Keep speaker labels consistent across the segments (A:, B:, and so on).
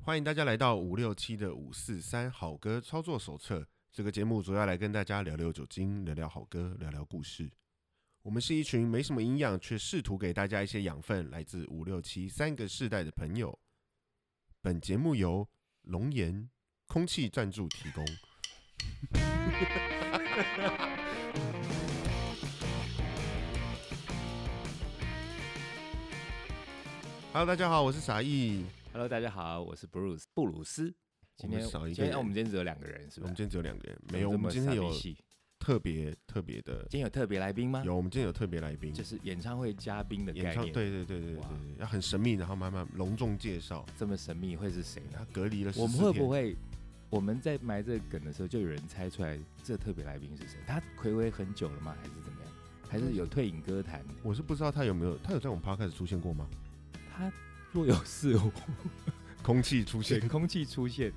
A: 欢迎大家来到五六七的五四三好歌操作手册。这个节目主要来跟大家聊聊酒精，聊聊好歌，聊聊故事。我们是一群没什么营养，却试图给大家一些养分，来自五六七三个世代的朋友。本节目由龙岩空气赞助提供。Hello，大家好，我是傻义。
B: Hello，大家好，我是 Bruce 布鲁斯。今天
A: 我们少一个
B: 今天、
A: 人
B: 啊我们今天只有两个人，是
A: 我
B: 不
A: 们
B: 是？
A: 今天只有两个人，没有。我
B: 怎
A: 们
B: 么
A: 今
B: 这么
A: 天有
B: 傻逼戏
A: 特别特别的，
B: 今天有特别来宾吗？，
A: 有我们今天有特别来宾
B: 就，是演唱会嘉宾的
A: 演
B: 概
A: 唱
B: 念，
A: 对对对对对
B: 哇
A: 对，要很神秘，然后慢慢隆重介绍。
B: 这么神秘会是谁呢
A: 他？隔离了14天，
B: 我们会不会我们在埋这个梗的时候，就有人猜出来这特别来宾是谁？他暌违很久了吗？还是怎么样？还是有退隐歌坛？
A: 我是不知道他有没有，他有在我们 podcast 出现过 吗？
B: 他若有似 无，
A: 空气出现。
B: 空气出现，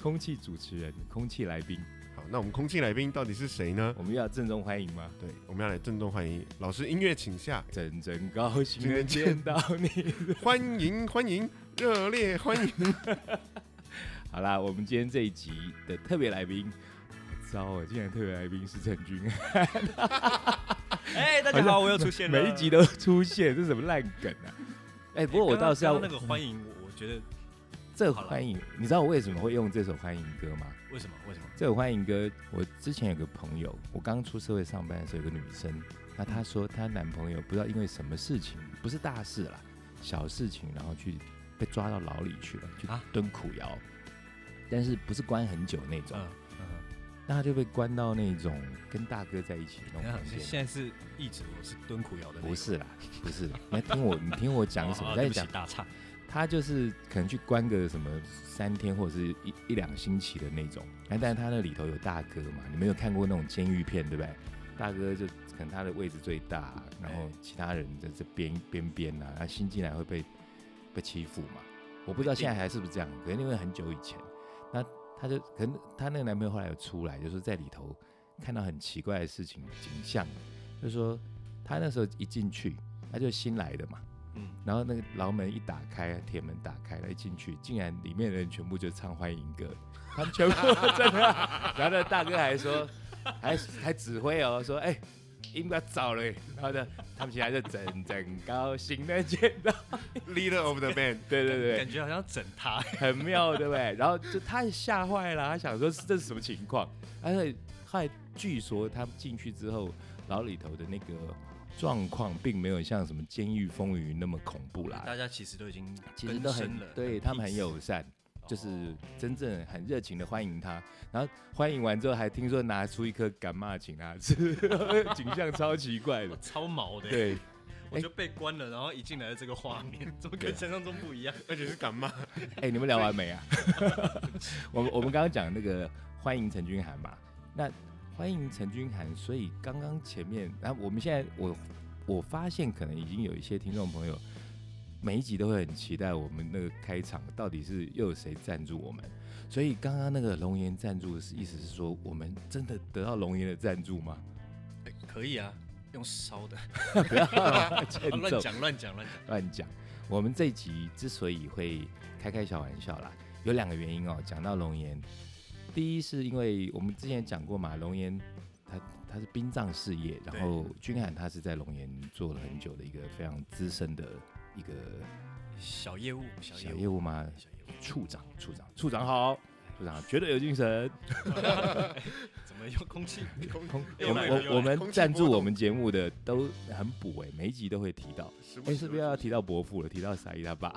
B: 空气主持人，空气来宾，
A: 好，那我们空气来宾到底是谁 呢？
B: 我们又要郑重欢迎吗？
A: 对，我们要来郑重欢迎老师，音乐请下，
B: 真真高兴
A: 今
B: 能
A: 天见
B: 见到你。
A: 欢迎 欢迎，热烈欢迎。
B: 好啦，我们今天这一集的特别来宾，糟啊，竟然特别来宾是郑钧，
C: 哎、大家
B: 好像
C: 好，我又出现了。
B: 每一集都出现，这是什么烂梗 啊？哎、不过我
C: 刚刚
B: 倒是要
C: 刚刚那个欢迎我，我觉得
B: 这
C: 好了
B: 欢迎，你知道我为什么会用这首欢迎歌吗？
C: 为什么？为什么？
B: 这首欢迎歌，我之前有个朋友，我刚出社会上班的时候，有个女生，那她说她男朋友不知道因为什么事情，不是大事啦，小事情，然后去被抓到牢里去了，去
C: 啊
B: 蹲苦窑，但是不是关很久那种。
C: 嗯嗯，
B: 那他就被关到那种跟大哥在一起的那
C: 你
B: 种
C: 看
B: 房， 间。
C: 现在是一直我是蹲苦窑的那个，
B: 不是啦，不是啦，你要听我，你听我讲什
C: 哦
B: 么？
C: 哦
B: 在
C: 对不起
B: 讲
C: 大岔。
B: 他就是可能去关个什么三天或者是一一两星期的那种。那但是他那里头有大哥嘛，你们有看过那种监狱片对不对？大哥就可能他的位置最大，然后
C: 哎
B: 其他人在这边边边啊，他新进来会被被欺负嘛。我不知道现在还是不是这样，可能因为很久以前，那他就可能他那个男朋友后来有出来，就说在里头看到很奇怪的事情景象，就说他那时候一进去，他就新来的嘛，
C: 嗯，
B: 然后那个牢门一打开，铁门打开了，一进去，竟然里面的人全部就唱欢迎歌，他们全部 真的。然后呢，大哥还说， 还还指挥哦，说哎。应该早了，然后呢，他们其他就整整高兴的见到，
A: Leader of the band，
B: 对对对
C: 感，觉好像整他。
B: 很妙，对不对？然后就他也吓坏了，他想说是这是什么情况？而且后来据说他进去之后，牢里头的那个状况并没有像什么《监狱风云》那么恐怖啦，
C: 大家其实都已经
B: 其实都
C: 更
B: 很
C: 深了
B: 对
C: 很
B: 他们很
C: peace
B: 友善，就是
C: 哦
B: 真正很热情的欢迎他。然后欢迎完之后，还听说拿出一颗干妈请他吃，啊 景象超奇怪的。
C: 我超毛的。，欸
B: 对，哎
C: 我就被关了，然后一进来的这个画面，怎么
B: 对
C: 跟想象中不一样？
A: 而且是干嘛？
B: 哎、你们聊完没啊？ 我们我们刚刚讲那个欢迎陈君涵嘛，那欢迎陈君涵，所以刚刚前面，然后我们现在我我发现可能已经有一些听众朋友，每一集都会很期待我们那个开场到底是又有谁赞助我们，所以刚刚那个龙岩赞助是意思是说我们真的得到龙岩的赞助吗？
C: 哎可以啊，用烧的，
B: 不要 欠
C: 乱
B: 揍。
C: 讲乱讲乱讲。
B: 乱讲。我们这一集之所以会开开小玩笑啦，有两个原因哦。讲到龙岩，第一是因为我们之前讲过嘛，龙岩他他是殡葬事业，然后君涵他是在龙岩做了很久的一个非常资深的一个
C: 小业务，小
B: 小
C: 业
B: 业
C: 务，
B: 务吗？
C: 小业务，
B: 处长，处长，处长好，处长绝对有精神。
C: 怎么用空气？
B: 空
C: 又
B: 我们
C: 来了又来了
B: 我我们
A: 空气
B: 赞助
A: 波动
B: 我们节目的都很补哎、每一集都会提到。
A: 时
B: 哎、
A: 时
B: 是不是要提到伯父了？提到傻一他爸？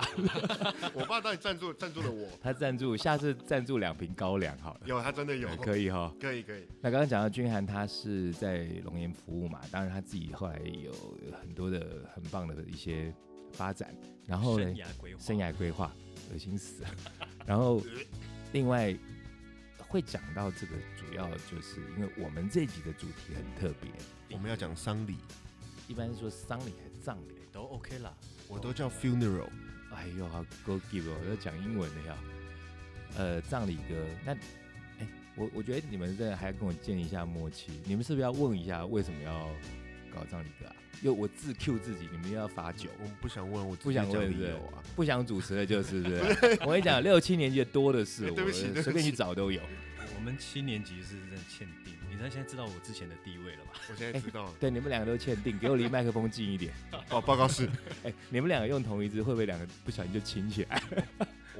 A: 我爸到底赞助赞助 了我？
B: 他赞助，下次赞助两瓶高粱好了，
A: 有，啊他真的有，
B: 哎可以哈。
A: 可以可以。
B: 那刚刚讲到君涵，他是在龙岩服务嘛，当然他自己后来有很多的很棒的一些发展，然后呢
C: 生，涯规划，
B: 生涯规划，恶心死 了。然后另外会讲到这个，主要就是因为我们这一集的主题很特别，
A: 我们要讲丧礼，
B: 一般说丧礼还是葬礼，
C: 哎都 OK 啦。
A: 我都叫 funeral。
B: 哎呦，好 go give 哦，要讲英文的呀。呃，葬礼歌，那，哎、我我觉得你们这还要跟我建立一下默契，你们是不是要问一下为什么要搞葬礼歌啊？又我自 Q 自己，你们又要罚酒。
A: 我不想问，我直
B: 不
A: 接
B: 想
A: 讲
B: 问
A: 理
B: 是不是
A: 由啊。
B: 不想主持的就是不 是？我跟你讲，六七年级的多的是，
A: 哎
B: 我
A: 对不起对不起
B: 随便去找都有。
C: 我们七年级是真的欠定，你看现在知道我之前的地位了吧？
A: 我现在知道了。
B: 对，你们两个都限定，给我离麦克风近 一点。
A: 哦，报告是，
B: 哎，你们两个用同一支，会不会两个不小心就亲起来？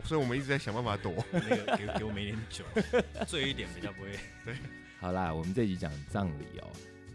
A: 所以我们一直在想办法躲。
C: 那个给给我没点酒，醉一点比较不会。
B: 好啦，我们这集讲葬礼哦，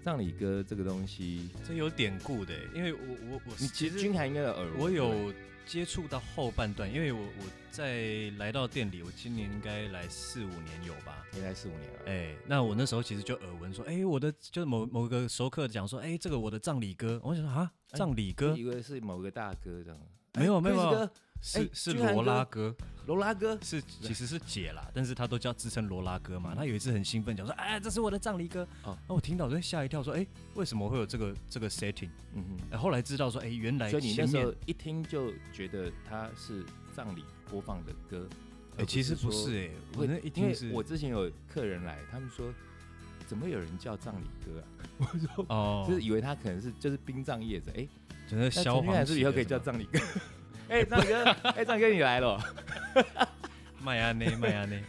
B: 葬礼歌这个东西，
C: 这有典故的，因为我我我
B: 你其实君涵应该有耳闻。对不
C: 我
B: 对
C: 有接触到后半段，因为我我在来到店里，我今年应该来四五年有吧。
B: 应该四五年了。
C: 哎、那我那时候其实就耳闻说，哎、我的就是某某个熟客讲说，哎、这个我的葬礼歌，我想说啊，
B: 哎
C: 葬礼歌、
B: 我以为是某个大哥这样。哎
C: 没有没有没
B: Chris
C: 有，
B: 哥、
C: 是、
B: 哎
C: 是
B: 居然
C: 罗
B: 歌
C: 拉哥，
B: 罗拉哥，
C: 是其实是姐啦，但是他都叫自称罗拉哥嘛。
B: 嗯
C: 他有一次很兴奋讲说，哎，这是我的葬礼歌。
B: 哦
C: 哦，那我听到我就吓一跳，说，哎，为什么会有这个这个 setting？
B: 嗯
C: 哎后来知道说，哎，原
B: 哼，
C: 来
B: 所以你那
C: 前
B: 时
C: 面
B: 候一听就觉得他是葬礼播放的歌。而
C: 哎，其实
B: 说
C: 不是哎，
B: 不
C: 我
B: 是
C: 那一
B: 因
C: 听
B: 为
C: 是
B: 我之前有客人来，他们说怎么有人叫葬礼歌啊？我说、
C: 哦，
B: 就是以为他可能是就是殡葬业者，哎、
C: 整个
B: 那
C: 消
B: 陈俊
C: 防
B: 翰是不是以后可以叫葬 礼歌？哎、葬礼哥，哎、葬礼哥你来了哦，
C: 麦 安内麦安内。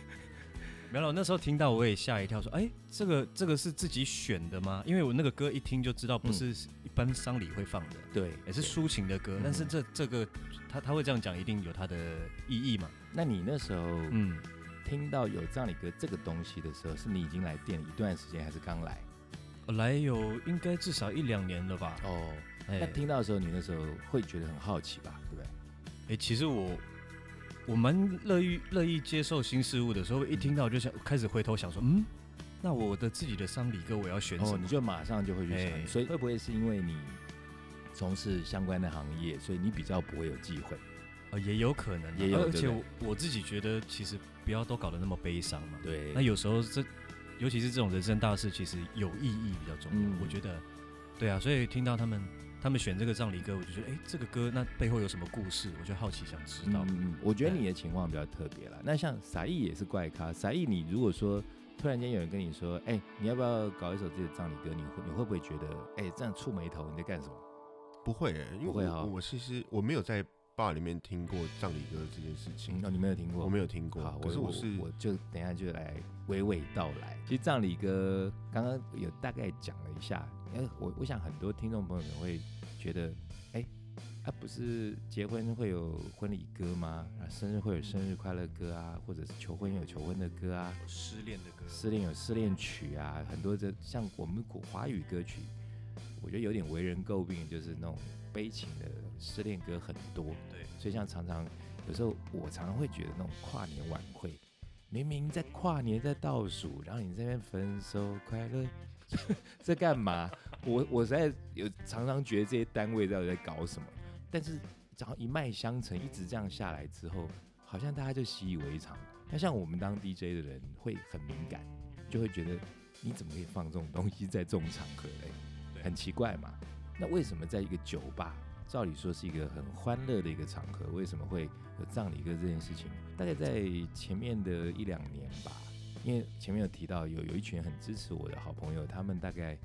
C: 没有，我那时候听到我也吓一跳，说：“哎，这个这个是自己选的吗？”因为我那个歌一听就知道不
B: 嗯
C: 是一般丧礼会放的，
B: 对，
C: 也是抒情的歌
B: 嗯。
C: 但是这这个他他会这样讲，一定有他的意义嘛？
B: 那你那时候
C: 嗯，
B: 听到有葬礼歌这个东西的时候，是你已经来店里一段时间，还是刚来？
C: 我来有应该至少一两年了吧。
B: 哦，
C: 哎、
B: 那听到的时候，你那时候会觉得很好奇吧？对不对？
C: 哎其实我我蛮乐意乐意接受新事物的，所以我一听到我就想开始回头想说，嗯，那我的自己的丧礼歌我要选什
B: 哦，
C: 么？
B: 你就马上就会去想，
C: 哎
B: 所以会不会是因为你从事相关的行业，所以你比较不会有忌讳？
C: 呃，也有可能啊，
B: 也有
C: 而
B: 对
C: 且
B: 不
C: 我我自己觉得，其实不要都搞得那么悲伤嘛。
B: 对，
C: 那有时候这，尤其是这种人生大事，其实有意义比较重要。
B: 嗯
C: 我觉得，对啊，所以听到他们他们选这个葬礼歌，我就觉得，哎，这个歌那背后有什么故事？我就好奇想知道。哎
B: 嗯嗯，嗯我觉得你的情况比较特别啦。那像撒艺也是怪咖，撒艺你如果说突然间有人跟你说，哎、你要不要搞一首自己的葬礼歌？你会你会不会觉得，哎、这样触眉头，你在干什么？
A: 不会欸、因为
B: 不会啊
A: 我、
B: 哈
A: 我其实我没有在 bar 里面听过葬礼歌这件事情，
B: 嗯，哦，你没有听过，
A: 我没有听过
B: 好，。
A: 可
B: 我
A: 是
B: 我
A: 是
B: 我就等一下就来娓娓道来。其实葬礼歌刚刚有大概讲了一下，因为我我想很多听众朋友可能会觉得，哎、啊不是结婚会有婚礼歌吗？啊生日会有生日快乐歌啊，或者是求婚有求婚的歌啊，
C: 失恋的歌
B: 失恋有失恋曲啊，很多这像我们古华语歌曲，我觉得有点为人诟病，就是那种悲情的失恋歌很多。
C: 对，
B: 所以像常常有时候我常常会觉得那种跨年晚会，明明在跨年在倒数，然后你这边分手快乐，在干嘛？我我实在有常常觉得这些单位到底在搞什么，但是只要一脉相承，一直这样下来之后，好像大家就习以为常。那像我们当 DJ 的人会很敏感，就会觉得你怎么可以放这种东西在这种场合嘞？
C: 对
B: 很奇怪嘛。那为什么在一个酒吧，照理说是一个很欢乐的一个场合，为什么会有葬礼歌这件事情？大概在前面的一两年吧，因为前面有提到有有一群很支持我的好朋友，他们大概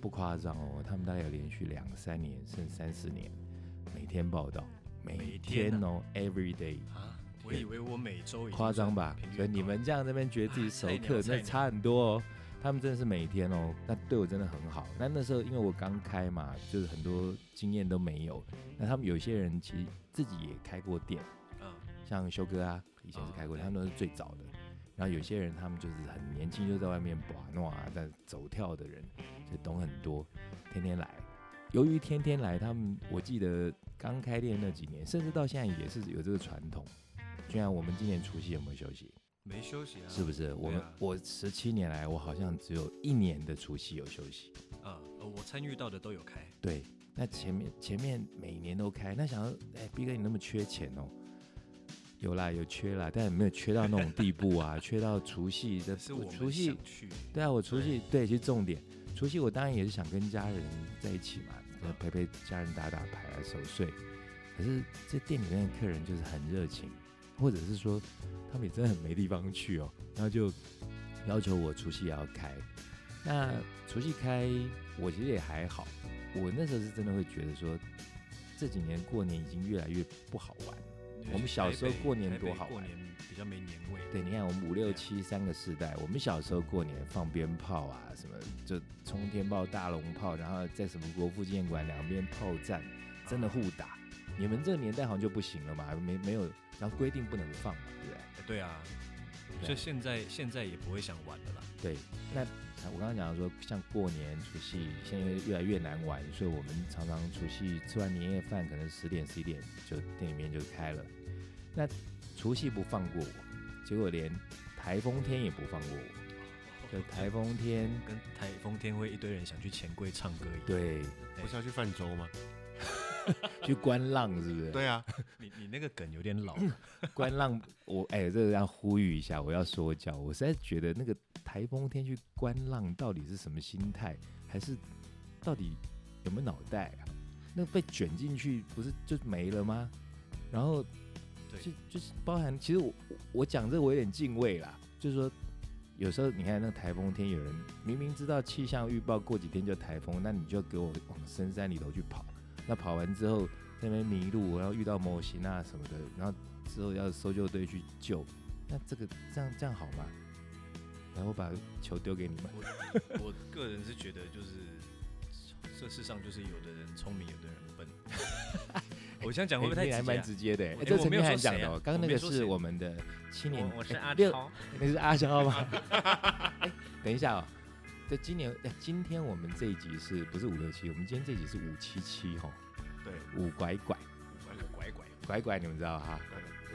B: 不夸张哦，他们大概有连续两三年甚至三四年，每天报道，每
C: 每
B: 天
C: 天啊
B: 哦，every day。
C: 啊，我以为我每周已经
B: 夸张吧
C: 算频？率
B: 所以你
C: 高
B: 们这样那边觉得自己熟
C: 菜
B: 客
C: 鸟，菜
B: 那
C: 鸟
B: 差很多哦。他们真的是每天哦，那对我真的很好。那那时候因为我刚开嘛，就是很多经验都没有。那他们有些人其实自己也开过店，
C: 嗯
B: 像修哥啊，以前是开过，
C: 哦
B: 他们都是最早的。然后有些人他们就是很年轻就在外面把弄啊，在走跳的人就懂很多，天天来。由于天天来，他们我记得刚开店那几年，甚至到现在也是有这个传统。居然我们今年除夕有没有休息？
C: 没休息啊，
B: 是不是？我
C: 对
B: 们、
C: 啊
B: 我十七年来，我好像只有一年的除夕有休息。
C: 啊，呃我参与到的都有开，
B: 对，那前面前面每年都开，那想要哎，逼哥你那么缺钱哦？有啦，有缺啦，但也没有缺到那种地步啊， 缺到除夕的
C: 是我们
B: 除夕
C: 想去
B: 对啊，我除夕对，其实重点，除夕我当然也是想跟家人在一起嘛，
C: 嗯
B: 陪陪家人打打牌啊、守岁。可是这店里面的客人就是很热情，或者是说他们也真的很没地方去哦，然后就要求我除夕也要开。那除夕开，我其实也还好，我那时候是真的会觉得说，这几年过年已经越来越不好玩了。我们小时候
C: 台北
B: 过年
C: 台北
B: 多好
C: 过
B: 玩
C: 年比较没年味。哎
B: 对，你看我们五六
C: 对
B: 七三个世代，我们小时候过年放鞭炮啊，什么就冲天炮、大龙炮，然后在什么国父纪念馆两边炮战，真的互打。你们这个年代好像就不行了嘛，没没有，然后规定不能放嘛，对不对？
C: 哎对啊，
B: 对
C: 就现在现在也不会想玩了啦。
B: 对，那我刚刚讲说，像过年除夕，现在越来越难玩，所以我们常常除夕吃完年夜饭，可能十点十一点就店里面就开了。那除夕不放过我，结果连台风天也不放过我，就台风天，
C: 跟台风天会一堆人想去钱柜唱歌一样。
B: 对，
C: 哎
A: 不是要去泛舟吗？
B: 去观浪是不是？
A: 对啊，
C: 你你那个梗有点老了，
B: 观浪，我哎、这个要呼吁一下，我要说教，我实在觉得那个台风天去观浪到底是什么心态，还是到底有没有脑袋啊？那被卷进去不是就没了吗？然后
C: 对
B: 就就是包含，其实我我我讲这个我有点敬畏啦，就是说有时候你看那个台风天，有人明明知道气象预报过几天就台风，那你就给我往深山里头去跑，那跑完之后在那边迷路，然后遇到模型啊什么的，然后之后要搜救队去救，那这个这样这样好吗？然后我把球丢给你们，
C: 我个人是觉得就是这世上就是有的人聪明，有的人 笨。我这样讲会不会
B: 哎
C: 太
B: 你还
C: 直接
B: 蛮
C: 啊？
B: 直接的、哎
C: 我
B: 这
C: 我
B: 陈
C: 没有
B: 明
C: 说
B: 涵讲
C: 谁
B: 的、
C: 啊
B: 哦，刚刚
C: 我
B: 那
C: 没
B: 个
C: 说
B: 是
C: 谁
B: 我们的青年，
D: 我我是
B: 哎
D: 阿
B: 六
D: 超，
B: 那是阿肖 吗？哎，等一下哦，这今年，哎今天我们这一集是不是五六七？我们今天这一集是五七七哈，
A: 对，
B: 五拐拐
C: 拐拐，
B: 拐拐，你们知道哈？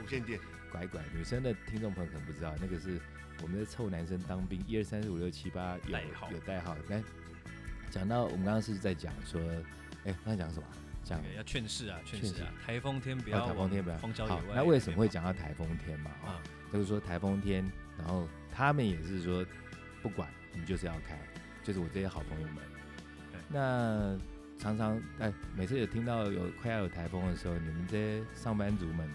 A: 无线电，
B: 拐拐，女生的听众朋友可能不知道，那个是我们的臭男生当兵，一二三四五六七八有
C: 代号
B: 有代号。那讲到我们刚刚是在讲说，哎，刚才讲什么啊？讲
C: 对要劝世啊，劝
B: 劝
C: 世啊
B: 世！
C: 台风天不
B: 哦
C: 要
B: 台风天不要
C: 往荒郊野
B: 好
C: 外。，
B: 那为什么会？讲到台风天嘛？哦
C: 啊，
B: 就是说台风天，然后他们也是说不管你就是要开，就是我这些好朋友们
C: 对。
B: 那常常哎，每次有听到有快要有台风的时候，你们这些上班族们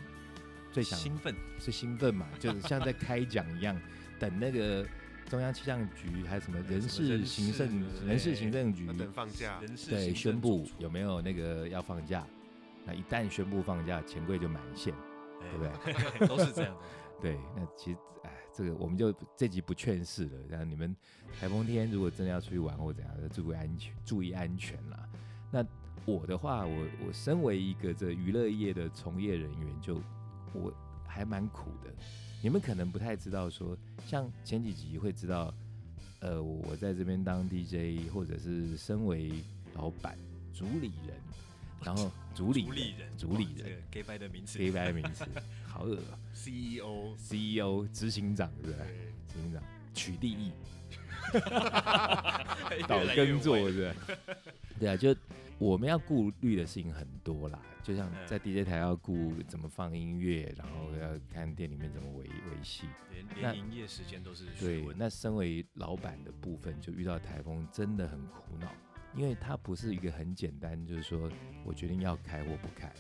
B: 最想
C: 兴奋，
B: 是兴奋嘛，就是像在开奖一样，等那个中央气象局还有什么人
C: 什么
B: 事
C: 人
B: 行
C: 事
B: 政
C: 对
B: 人事行政局
A: 那等放假，
C: 人事
B: 啊对
C: 行
B: 宣
C: 政
B: 布
C: 主厨
B: 有没有那个要放假。那一旦宣布放假，钱柜就满线。
C: 哎
B: 对不
C: 对？ 都是这样的。
B: 对，那其实哎，这个我们就这集不劝世了。然后你们台风天如果真的要出去玩或怎样，注意安全，注意安全啦。那我的话，我我身为一个这娱乐业的从业人员，就我还蛮苦的。你们可能不太知道说，像前几集会知道，呃，我在这边当 DJ，或者是身为老板、主理人，然后 主理
C: 主理人，
B: 主理
C: 哇这
B: 人
C: 个 gay bye 的名 E 词。
B: 黑白名词，好恶、啊、
A: CEO，
B: ，CEO E 执行长对不对？
A: 对
B: 执行长取缔役
C: 越
B: 倒
C: 来越
B: 耕作对
C: 歪
B: 不对？ 对啊，就我们要顾虑的事情很多啦，就像
C: 嗯
B: 在 DJ 台要顾怎么放音乐，然后要看店里面怎么维维系。
C: 连
B: 那
C: 连营业时间都是
B: 对
C: 学，问。
B: 那身为老板的部分，就遇到台风真的很苦恼，因为它不是一个很简单，就是说我决定要开或不开，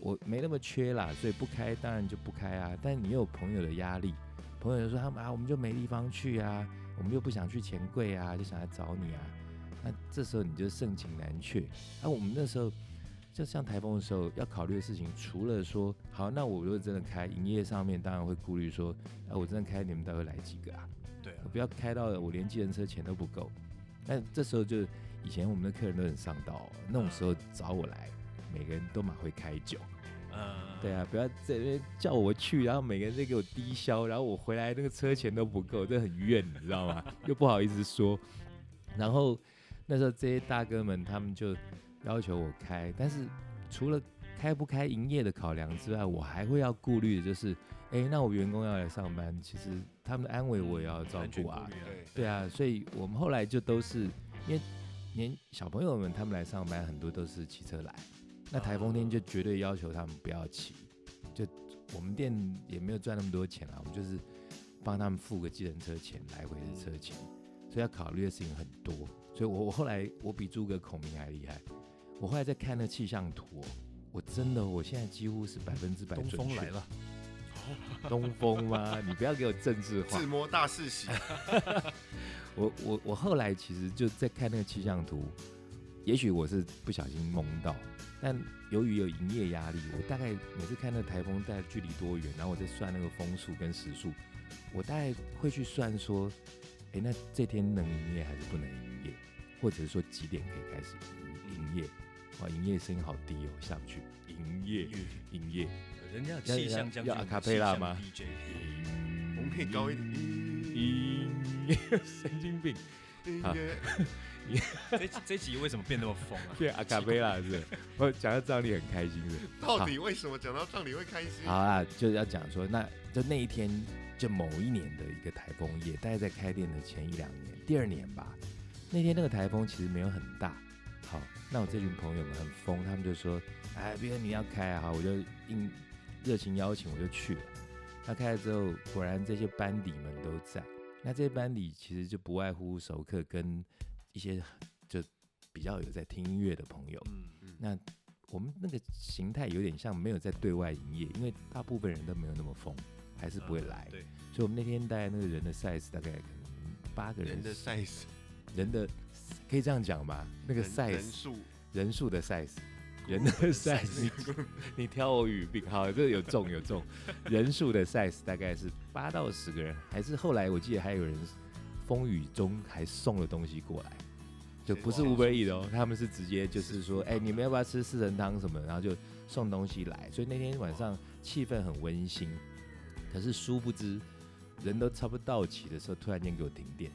B: 我没那么缺啦，所以不开当然就不开啊。但你又有朋友的压力，朋友就说他们啊，我们就没地方去啊，我们又不想去钱柜啊，就想来找你啊。那这时候你就盛情难却。啊，我们那时候就像台风的时候，要考虑的事情，除了说好，那我如果真的开营业上面，当然会顾虑说，啊，我真的开，你们到底会来几个啊？
C: 对啊
B: 我，不要开到我连计程车钱都不够。那这时候就以前我们的客人都很上道哦、那种时候找我来，每个人都蛮会开酒。
C: 呃，
B: 对啊，不要在那边叫我去，然后每个人在给我低消，然后我回来那个车钱都不够，这很怨，你知道吗？ 又不好意思说。然后那时候这些大哥们他们就要求我开，但是除了开不开营业的考量之外，我还会要顾虑的就是，哎，那我员工要来上班，其实他们的安危我也要照
C: 安全
B: 顾
C: 顾
B: 啊，
C: 虑啊，
A: 对，
B: 对啊，所以我们后来就都是因为连小朋友们他们来上班，很多都是骑车来，那台风天就绝对要求他们不要骑，就我们店也没有赚那么多钱啦，我们就是帮他们付个计程车钱、来回的车钱，所以要考虑的事情很多。所以我我后来我比诸葛孔明还厉害，我后来在看那气象图哦、我真的我现在几乎是百分之百
C: 东
B: 准
C: 风
B: 确
C: 来。了，
B: 东风吗？你不要给我政治化
A: 自。摸大四
B: 嗯
A: 喜，
B: 我我我后来其实就在看那个气象图，也许我是不小心蒙到，但由于有营业压力，我大概每次看那台风带距离多远，然后我再算那个风速跟时速，我大概会去算说，哎、那这天能营业还是不能营业，或者是说几点可以开始
A: 嗯
B: 营营业？哇，营业声音好低哦，下不去。营业，营业，
C: 人家有气象将军
B: 要要 acapella 吗
C: 气象 DJ
A: 我们可以高一
B: 嗯
A: 点。
B: 营业， 神经病，好
C: 这一集这一集为什么变那么疯 啊？
B: 变阿卡贝拉是 不是？我讲到这样你很开心的。
A: 到底为什么讲到葬礼会开心？
B: 嗯好啦，就是要讲说，那就那一天，就某一年的一个台风夜，大概在开店的前一两年，第二年吧。那天那个台风其实没有很大。好，那我这群朋友们很疯，他们就说：“哎，比如你要开啊，好，我就应热情邀请，我就去了。”那开了之后，果然这些班底们都在。那这些班底其实就不外乎熟客跟一些就比较有在听音乐的朋友。
C: 嗯，
B: 我们那个形态有点像没有在对外营业，因为大部分人都没有那么疯，还是不会来。
C: 嗯对，
B: 所以我们那天大概那个人的 size 大概可能八个人，
A: 人的 size，
B: 人的可以这样讲吧？那个
A: 人人
B: size
A: 数，
B: 人数的 size，人的 size，你你挑我语病，好，这有中有 中，人数的 size 大概是八到十个人，还是后来我记得还有人风雨中还送了东西过来，就不是
A: 哇
B: Uber E 的哦，他们是直接就是说，哎、你们要不要吃四神汤什么，然后就送东西来，所以那天晚上气氛很温馨，可是殊不知。人都差不多到齐的时候，突然间给我停电。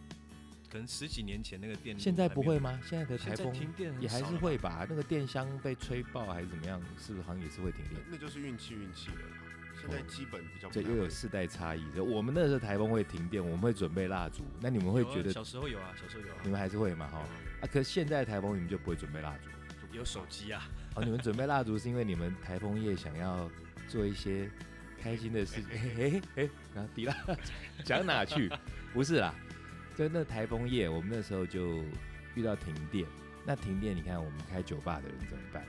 C: 可能十几年前那个电
B: 现在
C: 嗯还没
B: 不
C: 有
B: 会？吗？现在的台
C: 现在
B: 风
C: 停电很
B: 也还
C: 少
B: 是
C: 了
B: 会吧，那个电箱被吹爆还是怎么样，是不是好像也是会停电？
A: 那就是运气运气了啦。现在基本比较不
B: 哦这
A: 太
B: 又有
A: 会
B: 世代差异，就我们那时候台风会停电，我们会准备蜡烛，那你们会
C: 有啊
B: 觉得
C: 小时候有啊，小时候有啊
B: 你，们还是会嘛哈？啊，可是现在台风你们就不会准备蜡烛
C: 有手机啊，
B: 哦，你们准备蜡烛是因为你们台风夜想要做一些开心的事 情，嘿嘿嘿，然后迪拉 讲哪去？不是啦，就那台风夜，我们那时候就遇到停电，那停电你看我们开酒吧的人怎么办？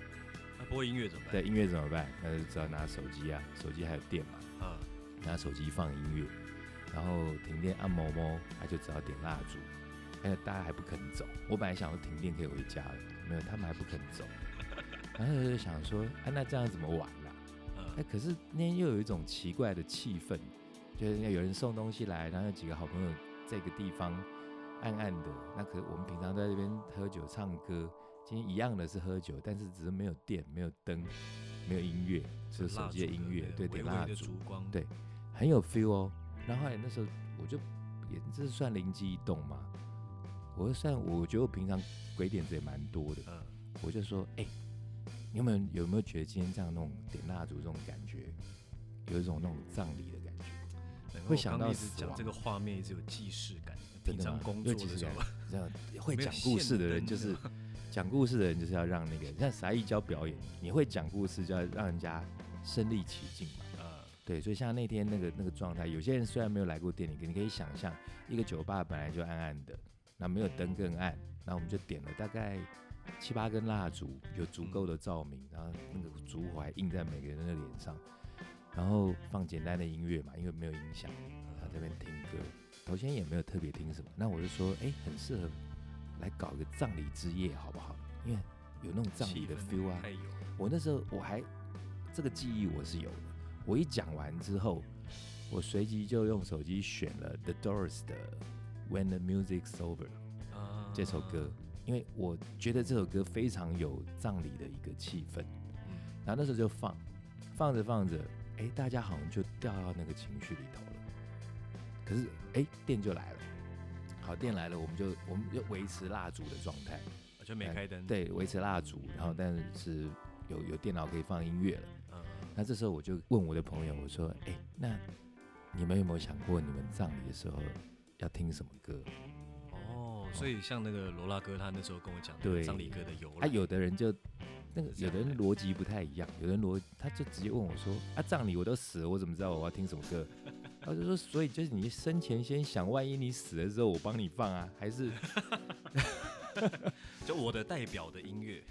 C: 那啊播音乐怎么办？
B: 对，音乐怎么办？那就只好拿手机啊，手机还有电嘛，
C: 啊，
B: 拿手机放音乐，然后停电按摩摸，他就只好点蜡烛。哎呀，大家还不肯走，我本来想说停电可以回家了，没有，他们还不肯走。然后我就想说，啊，那这样怎么玩啦、哎、
C: 嗯，
B: 可是那天又有一种奇怪的气氛，就是有人送东西来，然后有几个好朋友这个地方暗暗的，那可我们平常在这边喝酒唱歌，今天一样的是喝酒，但是只是没有电、没有灯、没有音乐，只有手机的音乐，对，点
C: 点
B: 蜡
C: 的
B: 烛
C: 烛，光，
B: 对很有 feel 哦。然后后来那时候我就也这是算灵机一动嘛，我就算我觉得我平常鬼点子也蛮多的，
C: 嗯，
B: 我就说，哎、你有没有有没有觉得今天这样那种点蜡烛这种感觉，有一种那种葬礼的感觉？
C: 难怪
B: 会
C: 我
B: 想
C: 刚
B: 到
C: 一直
B: 死
C: 讲
B: 亡
C: 这个画面，一直有既视感。
B: 真
C: 平
B: 的啊
C: 常
B: 吗
C: 工
B: 有
C: 作
B: 既
C: 的
B: 视
C: 时
B: 感
C: 候，
B: 你知道会
C: 没有
B: 讲故事的人
C: 现
B: 就
C: 灯
B: 是
C: 的
B: 讲故事的人就是要让那个像撒一娇表演，你会讲故事就要让人家身临其境嘛。
C: 呃，
B: 对，所以像那天那个那个状态，有些人虽然没有来过店里，可你可以想象，一个酒吧本来就暗暗的，那没有灯更暗，那我们就点了大概七八根蜡烛，有
C: 嗯
B: 足够的照明，然后那个烛火还映在每个人的脸上，然后放简单的音乐嘛，因为没有音响，然后这边听歌。头先也没有特别听什么，那我就说，哎、很适合来搞一个葬礼之夜，好不好？因为有那种葬礼
C: 气
B: 的
C: 氛哎
B: feel 啊，
C: 太有了
B: 我那时候我还这个记忆我是有的。我一讲完之后，我随即就用手机选了 The Doors 的《When the Music's Over》
C: 啊
B: 这首歌，因为我觉得这首歌非常有葬礼的一个气氛。
C: 嗯
B: 然后那时候就放，放着放着，哎，大家好像就掉到那个情绪里头了。可是，哎，电就来了，好，电来了，我们就我们就维持蜡烛的状态。
C: 我啊就没
B: 哎
C: 开灯。，
B: 对，维持蜡烛，然后但是有有电脑可以放音乐了。
C: 嗯，
B: 那这时候我就问我的朋友，我说：“哎、那你们有没有想过，你们葬礼的时候要听什么歌？”
C: 哦，所以像那个罗拉哥，他那时候跟我讲
B: 对
C: 张力哥的由
B: 啊，
C: 来，
B: 有的人就那个，有的
C: 这
B: 人
C: 样
B: 逻辑不太一样，有的人逻他就直接问我说：“啊，葬礼我都死了，我怎么知道我要听什么歌？”然后就说：“所以就是你生前先想，万一你死了之后，我帮你放啊，还 是
C: 就我的代表的音乐，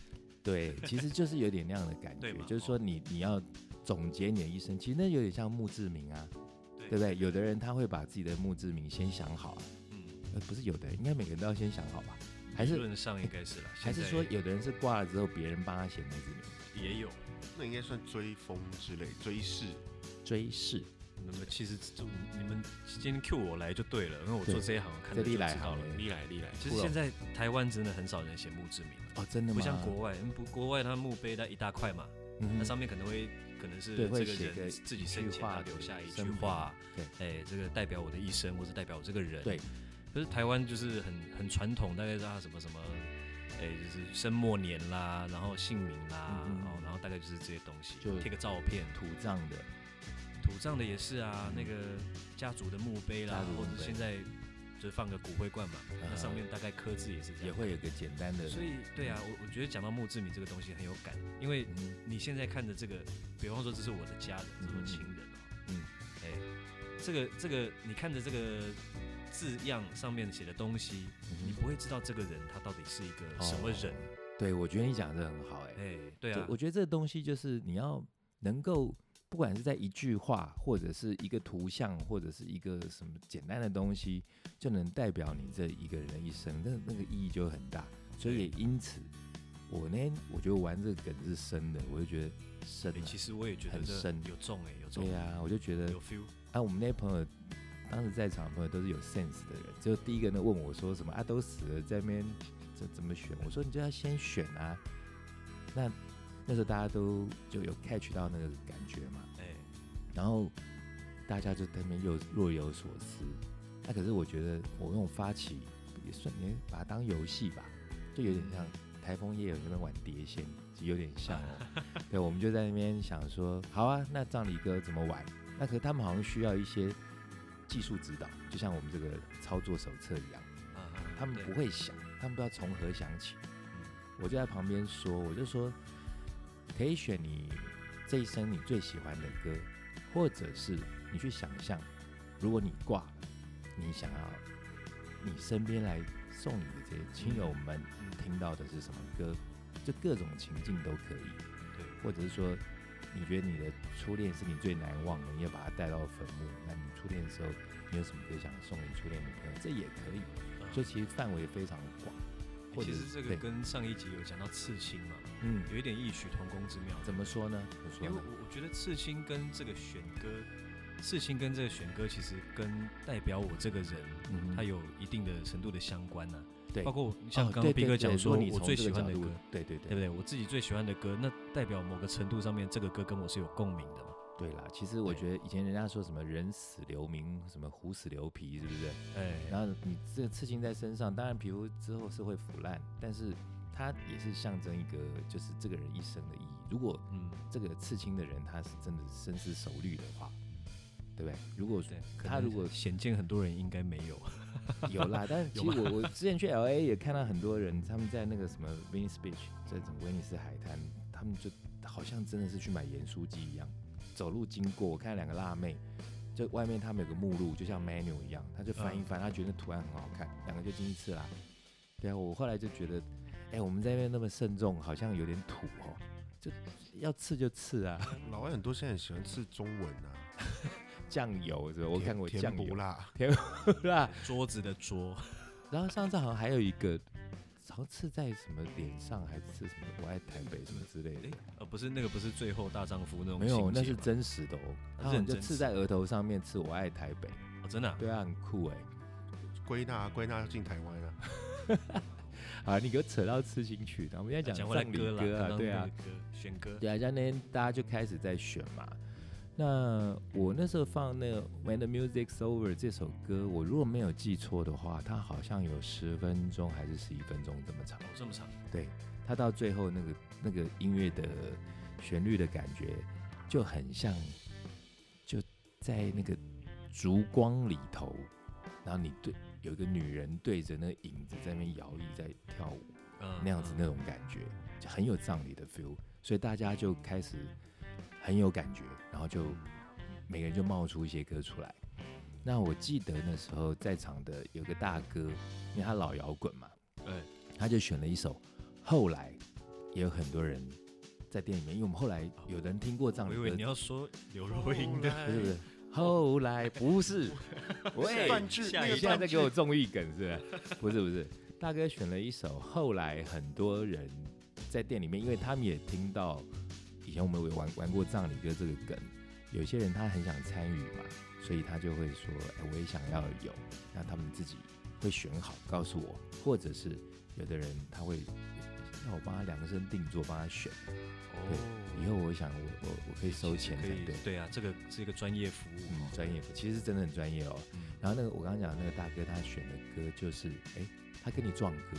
B: 对，其实就是有点那样的感觉
C: 对嘛，
B: 就是说你你要总结你的一生，其实那有点像墓志铭啊，
C: 对
B: 对不对？有的人他会把自己的墓志铭先想好啊，
C: 嗯，
B: 呃，不是有的人，应该每个人都要先想好吧？还
C: 理
B: 是
C: 论上应该是啦，
B: 还是
C: 现在
B: 说有的人是挂了之后别人帮他写墓志铭
C: 也有，
A: 那应该算追风之类，追视。
B: 追谥，
C: 那么其实就你们今天 Q 我来就对了，因为我做
B: 对
C: 这一行，我看
B: 这
C: 得就
B: 历
C: 知
B: 来
C: 道
B: 行
C: 了
B: 业，
C: 历来历来。其
B: 酷哦
C: 实现在台湾真的很少人写墓志铭了，
B: 哦，真的吗？
C: 不像国外，嗯不国外他墓碑那一大块嘛，
B: 嗯哼，
C: 那上面可能会可能是
B: 对
C: 这
B: 会
C: 个
B: 写个
C: 人自己生
B: 一句
C: 前
B: 话
C: 他留下一句
B: 生平
C: 话，
B: 对，
C: 哎，这个代表我的一生，或是代表我这个人。
B: 对。
C: 可是台湾就是很很传统，大概是啊什么什么，哎，就是生末年啦，然后姓名啦，
B: 嗯嗯嗯
C: 哦，然后大概就是这些东西
B: 就，
C: 贴个照片，
B: 土葬的，
C: 土葬的也是啊，
B: 嗯
C: 那个家族的墓碑
B: 家
C: 啦
B: 族，墓
C: 或
B: 碑
C: 者现在就是放个骨灰罐嘛，
B: 啊
C: 那上面大概刻字也是这样，
B: 也会有个简单的，
C: 所以对啊，我我觉得讲到墓志铭这个东西很有感，因为
B: 嗯
C: 你现在看着这个，比方说这是我的家人，这是我的亲人哦，
B: 嗯
C: 嗯，哎、这个这个你看着这个字样上面写的东西，你
B: 嗯哼哦
C: 不会知道这个人他到底是一个什么人，
B: 对我觉得你讲的很好，哎
C: 哎、，
B: 对
C: 对啊，
B: 我觉得这个东西就是你要能够，不管是在一句话，或者是一个图像，或者是一个什么简单的东西，就能代表你这一个人的一生，那那个意义就很大。所以也因此，我那天我觉得玩这个梗是深的，我就觉得深
C: 哎
B: 了。
C: 其实我也觉得
B: 很
C: 这
B: 深
C: 有重哎、有重，
B: 对啊呀、我就觉得
C: 有 feel，
B: 啊，我们那些朋友，当时在场的朋友都是有 sense 的人。就第一个呢问我说什么啊，都死了在那边怎怎么选？我说你就要先选啊。那那时候大家都就有 catch 到那个感觉嘛，
C: 哎、
B: 然后大家就在那边又若有所思。那可是我觉得我用发起也算，你把它当游戏吧，就有点像台风夜有那边玩碟仙，有点像哦。对，我们就在那边想说，好啊，那葬礼歌怎么玩？那可是他们好像需要一些技术指导，就像我们这个操作手册一样，
C: 啊啊
B: 他们
C: 对
B: 不会想，他们不知道从何想起。
C: 嗯
B: 我就在旁边说，我就说，可以选你这一生你最喜欢的歌，或者是你去想象，如果你挂了，你想要你身边来送你的这些亲友们
C: 嗯
B: 听到的是什么歌，就各种情境都可以，
C: 对。
B: 或者是说。你觉得你的初恋是你最难忘的，你要把它带到坟墓。那你初恋的时候，你有什么歌想送给初恋女朋友？这也可以，
C: 啊
B: 所以其实范围非常广。或者
C: 其实
B: 是
C: 这个
B: 对
C: 跟上一集有讲到刺青嘛，
B: 嗯，
C: 有一点异曲同工之妙。
B: 怎么说呢？怎么说
C: 因为
B: 呢
C: 我？我觉得刺青跟这个选歌，刺青跟这个选歌其实跟代表我这个人，
B: 嗯哼
C: 它有一定的程度的相关呐、
B: 对
C: 包括我像
B: 哦对
C: 刚刚斌
B: 对
C: 哥
B: 对
C: 讲
B: 如
C: 说，
B: 果你
C: 我
B: 从
C: 最
B: 这
C: 喜
B: 个
C: 欢
B: 角
C: 的
B: 度
C: 歌，
B: 对对
C: 对不
B: 对
C: 对？我自己最喜欢的歌，那代表某个程度上面，这个歌跟我是有共鸣的嘛。
B: 对啦。其实我
C: 对
B: 觉得以前人家说什么“人死留名”，什么“虎死留皮”，是不是？
C: 哎，
B: 然后你这刺青在身上，当然皮肤之后是会腐烂，但是它也是象征一个就是这个人一生的意义。如果
C: 嗯，
B: 这个刺青的人他是真的深思熟虑的话，对不对？如果
C: 对。可
B: 他
C: 能
B: 如果
C: 显见很多人应该没有，
B: 有啦，但是其实我我之前去 L A 也看到很多人，他们在那个什么 Venice Beach，在整个威尼斯海滩，他们就好像真的是去买盐酥鸡一样，走路经过，我看两个辣妹，就外面他们有个目录，就像 menu 一样，他就翻一翻，他觉得图案很好看，两个就进去吃啦。对啊，我后来就觉得，哎、我们在那边那么慎重，好像有点土哦，就要刺就刺啊，
A: 老外很多现在很喜欢吃中文啊，
B: 酱油是吧？我
A: 甜
B: 看过酱
A: 甜
B: 油 啊
A: 不辣，
B: 啦，
C: 桌子的桌，
B: 然后上次好像还有一个，好像刺在什么脸上，还是刺什么“我爱台北”什么之类的
C: 哎。，呃，不是那个，不是最后大丈夫那种
B: 没
C: 情节吗，
B: 有，那是真实的哦。他
C: 那
B: 好
C: 是
B: 像
C: 很
B: 就
C: 真
B: 刺
C: 实
B: 在额头上面，刺“我爱台北
C: 哦真的啊”，
B: 对啊，很酷哎。
A: 归纳归纳进台湾啊。
B: 啊，你给我扯到刺青去的，我们要讲
C: 讲回来
B: 葬礼
C: 歌啦，
B: 歌
C: 刚
B: 啊，
C: 刚
B: 对
C: 那
B: 啊
C: 个，歌，选歌，
B: 对啊，像那天大家就开始在选嘛。那我那时候放那个《When the Music's Over》这首歌，我如果没有记错的话，它好像有十分钟还是十一分钟这么长
C: 哦。这么长，
B: 对他到最后那个那个音乐的旋律的感觉，就很像就在那个烛光里头，然后你对有一个女人对着那个影子在那边摇曳在跳舞，
C: 嗯
B: 那样子
C: 嗯
B: 那种感觉，就很有葬礼的 feel，所以大家就开始很有感觉，然后就每个人就冒出一些歌出来。那我记得那时候在场的有个大哥，因为他老摇滚嘛，
C: 哎
B: 他就选了一首，后来也有很多人在店里面，因为我们后来有人听过葬
C: 哦我
B: 礼
C: 以为
B: 歌
C: 你，要说刘若英的，
B: 不是不是，后 来不是，喂，
A: 断句
C: 下
A: 那
C: 一
A: 个
B: 你现在
A: 断
B: 在
A: 句
B: 给我综艺梗是不是？不是不是，大哥选了一首，后来很多人在店里面，因为他们也听到以前我们有玩玩过葬礼的这个梗，有些人他很想参与嘛，所以他就会说，哎、我也想要有，那他们自己会选好告诉我，或者是有的人他会让我帮他量身定做，帮他选，以后我想我我我可以哦收钱才
C: 可以
B: 对，
C: 对啊，这个是一个专业服务
B: 嗯
C: 哦，，
B: 专业，其实真的很专业哦。
C: 嗯
B: 然后那个我刚刚讲的那个大哥，他选的歌就是，哎、他跟你撞歌，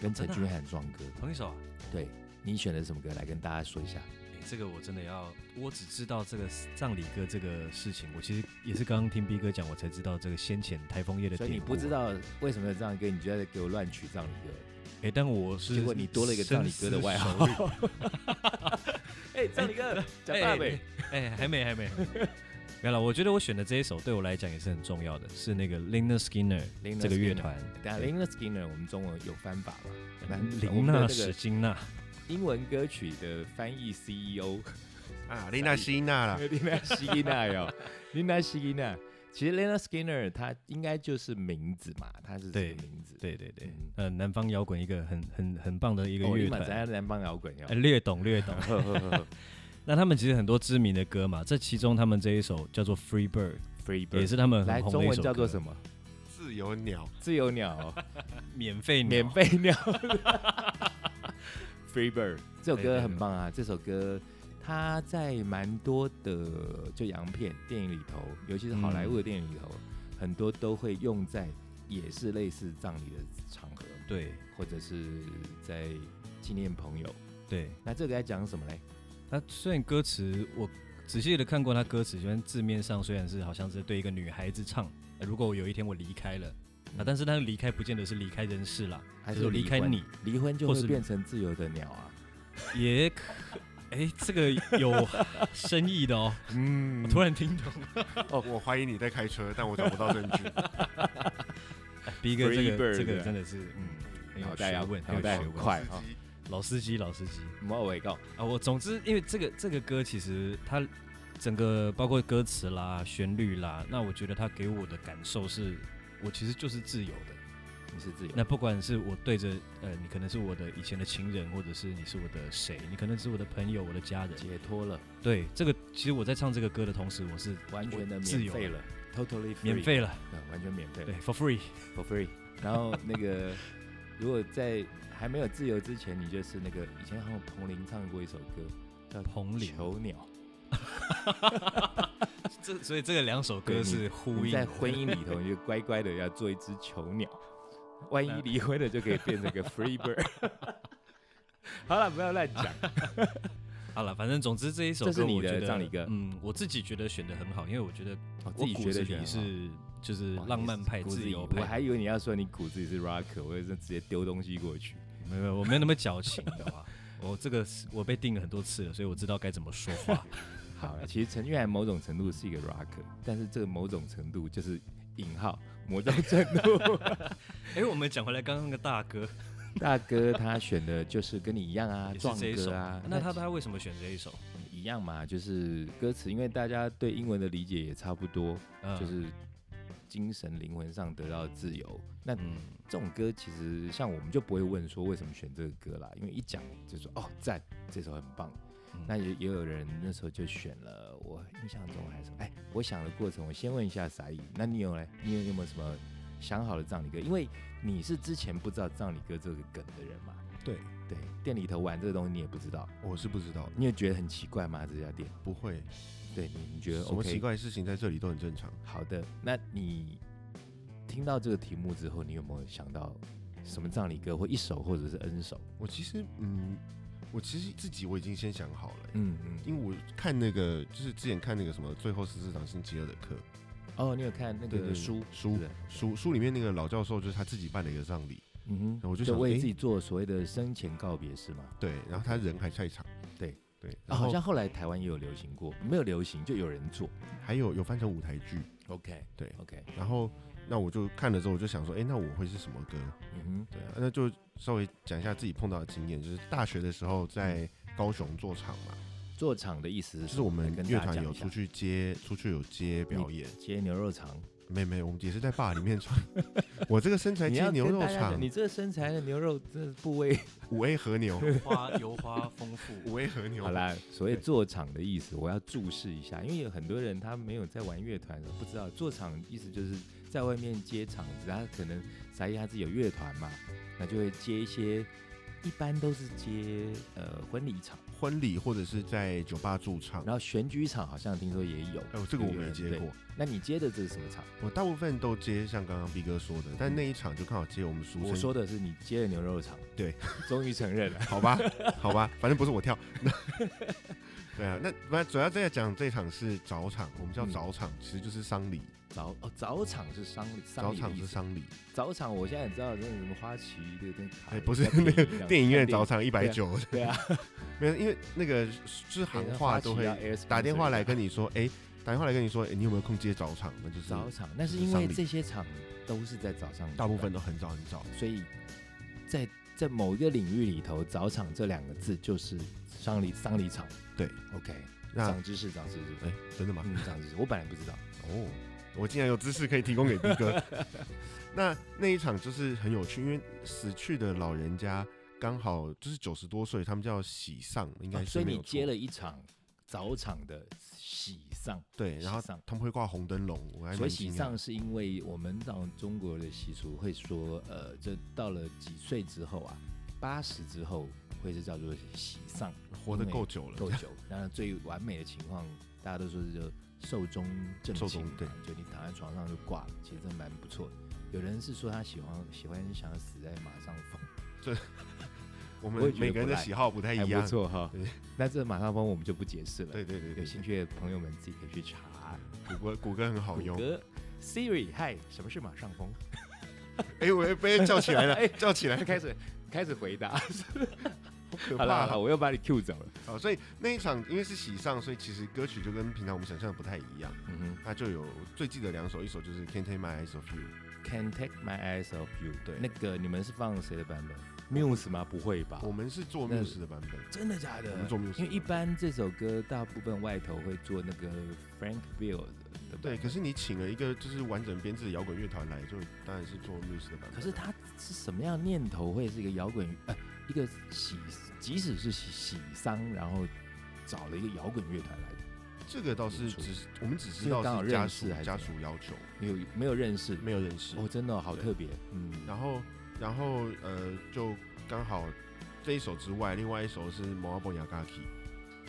B: 跟陈君涵撞歌。
C: 同一首啊，
B: 对你选的什么歌来跟大家说一下？
C: 哎，这个我真的要，我只知道这个葬礼歌这个事情，我其实也是刚刚听 B 哥讲，我才知道这个先前台风夜的
B: 所
C: 典
B: 以你
C: 故。
B: 不知，道为什么有这样歌，你就在给我乱取葬礼歌。
C: 哎，但我是
B: 结果你多了一个葬礼歌的外号
C: 深思熟虑。
B: 哎、葬礼歌，
C: 哎，哎，还没，还没。还没没有了，我觉得我选的这一首对我来讲也是很重要的，是那个 Lina Skinner 这个乐团。
B: 等下 l i n a 啊 Skinner，我们中文有翻法吗？那我
C: 林
B: 们的嗯
C: 娜
B: 那
C: 史
B: 个
C: 金娜，
B: 英文歌曲的翻译 E CEO
A: 啊，丽娜希娜 啦，
B: 琳 娜希娜哟，琳娜希娜。其实 Lena Skinner 她应该就是名字嘛，她是这
C: 对
B: 个名字。
C: 对对对
B: 嗯，
C: 呃，南方摇滚一个很很很棒的一个
B: 哦，
C: 乐
B: 立马
C: 团，
B: 在南方摇滚哟
C: 呃。略懂略懂。
B: 呵呵呵呵
C: 那他们其实很多知名的歌嘛，这其中他们这一首叫做《Free Bird》，
B: Free Bird
C: 也是他们
B: 来
C: 很红
B: 中
C: 的一
B: 文
C: 首
B: 叫做
C: 歌。
B: 什么？
A: 自由鸟，
B: 自由 鸟哦，
C: 免费鸟
B: 免费 鸟。Free Bird 这首
C: 对对
B: 歌
C: 对
B: 很棒啊，这首歌它在蛮多的就洋片电影里头，尤其是好莱坞的电影里头，
C: 嗯
B: 很多都会用在也是类似葬礼的场合，
C: 对
B: 或者是在纪念朋友。
C: 对，
B: 那这个在讲什么嘞？
C: 那虽然歌词我仔细的看过他歌词，虽然字面上虽然是好像是对一个女孩子唱，呃如果我有一天我离开了啊，但是他离开不见得是离开人世啦，
B: 还
C: 就是是离开
B: 婚
C: 你，
B: 离婚就
C: 或
B: 会
C: 是
B: 变成自由的鸟啊。
C: 也可。哎，这个有深意 的哦！
A: 嗯
C: 我突然听懂
B: 哦
A: 我怀疑你在开车，但我找不到 证据。
C: 逼哥这
B: Free bird，
C: 个这
B: 对
C: 个真的是嗯，很有
B: 脑袋
C: 学
B: 要
C: 问，很
B: 脑
C: 有
B: 袋
C: 学
B: 很
C: 问。
B: 快啊！
C: 老司机，老司机。
B: 莫尾告，
C: 啊，我总之因为这个这个歌其实它整个包括歌词啦、旋律啦，那我觉得它给我的感受是，我其实就是自由的。
B: 你是自由的。
C: 那不管是我对着呃，你可能是我的以前的情人，或者是你是我的谁，你可能是我的朋友、我的家人。
B: 解脱了，
C: 对，这个其实我在唱这个歌的同时，我是
B: 完全的
C: 我自
B: 免
C: 由
B: 费了，，totally free，
C: 免，费了，
B: 对，完全免费了
C: 对，for free。
B: ，for free。然后那个， 如果在还没有自由之前，你就是那个以前好像彭羚唱过一首歌叫《
C: 彭羚
B: 囚鸟
C: 这所以这个两首歌是》，呼
B: 你
C: 应
B: 在
C: 的，
B: 婚姻里头，你就乖乖的要做一只囚 鸟，万一离婚了就可以变成个 free bird。好了，不要乱讲，
C: 好了，反正总之这一首
B: 这
C: 歌
B: 是你
C: 我觉
B: 的
C: 得
B: 葬礼歌
C: 嗯，我自己觉得选的很好，因为我觉得
B: 我哦自
C: 我
B: 己
C: 骨
B: 学
C: 子
B: 的选
C: 里
B: 很好
C: 是就是
B: 哇
C: 浪
B: 你
C: 漫派、
B: 骨子
C: 自
B: 里
C: 由
B: 我还
C: 派，
B: 以为你要说你骨子里是 rocker，我就是直接丢东西过去。
C: 没有没有，我没有那么矫情的话。我这个是我被定了很多次了，所以我知道该怎么说 话。
B: 好了，其实陈俊涵某种程度是一个 rocker，但是这个某种程度就是引号某种程 度。
C: 哎、我们讲回来刚刚那个大哥
B: 啊大哥他选的就是跟你一样啊，
C: 也是
B: 壮
C: 这一首，
B: 歌啊，
C: 那他他为什么选这一首？
B: 一样嘛，就是歌词，因为大家对英文的理解也差不多，
C: 嗯
B: 就是精神灵魂上得到自由。那
C: 嗯，
B: 这种歌其实像我们就不会问说为什么选这个歌啦，因为一讲就说哦赞，这首很棒。
C: 嗯
B: 那也也有人那时候就选了，我印象中还是哎，我想的过程，我先问一下傻姨，那你有嘞？你有有没有什么想好的葬礼歌？因为你是之前不知道葬礼歌这个梗的人嘛，
A: 对，
B: 对，店里头玩这个东西你也不知道，
A: 我是不知道的，
B: 你有觉得很奇怪吗？这家店？
A: 不会，
B: 对你你觉得
A: 什么奇
B: OK？
A: 怪的事情在这里都很正常。
B: 好的，那你听到这个题目之后，你有没有想到什么葬礼歌，或一首或者是 N 首？
A: 我其实，嗯，我其实自己我已经先想好了。
B: 嗯嗯，
A: 因为我看那个，就是之前看那个什么《最后十四场星期二的课》
B: 哦，你有看那
A: 对对
B: 个
A: 对
B: 书
A: 书
B: 是的
A: 书书里面那个老教授，就是他自己办了一个葬礼，
B: 嗯
A: 我就想
B: 就
A: 说
B: 为
A: 诶
B: 自己做所谓的生前告别式嘛。
A: 对，然后他人还在场，
B: 对
A: 对，
B: 啊，
A: 然
B: 好
A: 后
B: 像后来台湾也有流行过，没有流行就有人做。
A: 还有有翻成舞台剧，
B: OK，
A: 对
B: ，OK，
A: 然后那我就看了之后，我就想说，哎，那我会是什么歌？
B: 嗯
A: 对啊，那就稍微讲一下自己碰到的经验，就是大学的时候在高雄做场嘛，
B: 哼，做场的意思是
A: 就
B: 什
A: 是
B: 么
A: 我们
B: 跟大
A: 乐
B: 家
A: 团
B: 讲
A: 有
B: 一下
A: 出去接出去有接表演，
B: 接牛肉肠，
A: 没没，我们也是在坝里面穿。 我这个身材
B: 你
A: 接
B: 要
A: 牛
B: 跟
A: 肉
B: 大家讲
A: 肠
B: 你，这个身材的牛肉这部位，
A: 五 A 和牛，
C: 花油花 丰富，
A: 五 A 和牛。
B: 好， 啦，所谓做场的意思，我要注释一下，因为有很多人他没有在玩乐团的，不知道做场意思就是在外面接场子，他可能撒一他自己有乐团嘛，那就会接一些，一般都是接呃婚礼场，
A: 婚礼或者是在酒吧驻唱。
B: 然后选举场好像听说也有，
A: 哎、这个我
B: 有
A: 没
B: 人
A: 接
B: 对
A: 过，
B: 那你接的这是什么场？
A: 我大部分都接像刚刚 B 哥说的，但那一场就刚好接我们俗称
B: 嗯我说的是你接的牛肉场，
A: 对，
B: 终于承认了。
A: 好吧， 好吧，反正不是我跳。 对啊，那那主要在讲这场是早场，我们叫
B: 嗯
A: 早场，其实就是丧礼。
B: 早哦，早场是丧礼，丧
A: 早
B: 礼的
A: 场
B: 意
A: 是
B: 思。
A: 丧礼，
B: 早场，我现在也知道那个什么花旗的那个卡
A: 哎
B: 也在电影一样，
A: 不是那
B: 个
A: 电影院早场一百九，
B: 对啊，
A: 没有，因为那个就是行话都会打电话来跟
B: 你
A: 你说，哎，打电话来跟你说，哎，你有没有空接早场？那就是
B: 早场，那是因为这些场都是在早上，
A: 大部分，都很早很早。
B: 所以在在某一个领域里头，早场这两个字就是丧礼丧礼场。
A: 对
B: ，OK，
A: 那
B: 长知识，长知识，
A: 哎，真的吗？
B: 嗯，长知识，我本来不知道，
A: 哦，我竟然有知识可以提供给逼 哥。那那一场就是很有趣，因为死去的老人家刚好就是九十多岁，他们叫喜丧，应该
B: 哦
A: 是、
B: 所以你接了。一场早场的喜丧。
A: 对，然后
B: 喜丧
A: 他们会挂红灯笼，我还
B: 所以
A: 蛮
B: 喜
A: 惊讶
B: 丧是因为我们到中国的习俗会说，呃，这到了几岁之后啊，八十之后会是叫做喜丧，
A: 活得够久了，
B: 够 久。当然最完美的情况，大家都说是就寿终正
A: 寿
B: 寝
A: 终
B: 嘛，
A: 对
B: 就你躺在床上就挂了，其实真蛮不错的。有人是说他喜欢喜欢想要死在马上风，
A: 我
B: 我也
A: 们
B: 觉得
A: 每个人的
B: 不赖
A: 喜好不太一
B: 还
A: 样
B: 不。错 哈
A: 对。
B: 那这马上风我们就不解释了，
A: 哎对对对
B: 有
A: 对，
B: 兴趣的朋友们自己可以去查。
A: 谷歌谷歌很好用。
B: 歌 Siri，嗨，什么是马上 风？
A: 哎，我被叫起来
B: 哎
A: 了，叫起来，
B: 他开始开始回答。
A: 好可
B: 好啦，
A: 怕啊
B: 好，。我又把你 Q 走了。
A: 好，所以那一场因为是喜丧，所以其实歌曲就跟平常我们想象的不太一样。
B: 嗯
A: 那就有最记得两首，一首就是《Can't Take My Eyes Off You》，
B: 哼，Can take my eyes off you。
A: 对
B: 那个你们是放谁的版本？Muse 吗？不会吧？
A: 我们是做
B: 那
A: Muse 的版本。
B: 真的假的？
A: 我们做 Muse
B: 因为一般这首歌大部分外头会做那个 Frank Bill 的版本。
A: 对，可是你请了一个就是完整编制的摇滚乐团来，就当然是做 Muse 的版本。
B: 可是他是什么样的念头会是一个摇滚呃一个喜即使是喜喜丧，然后找了一个摇滚乐团来，
A: 这个倒是
B: 演出
A: 只是我们只知
B: 这个
A: 道
B: 刚好
A: 是家
B: 认识
A: 属
B: 还是
A: 家
B: 怎
A: 属要求，
B: 没有没有认识？
A: 没有人识。
B: 哦，真的哦好
A: 嗯对
B: 特别。嗯，
A: 然后，然后呃，就刚好这一首之外，另外一首是 m o a b o y a g a k i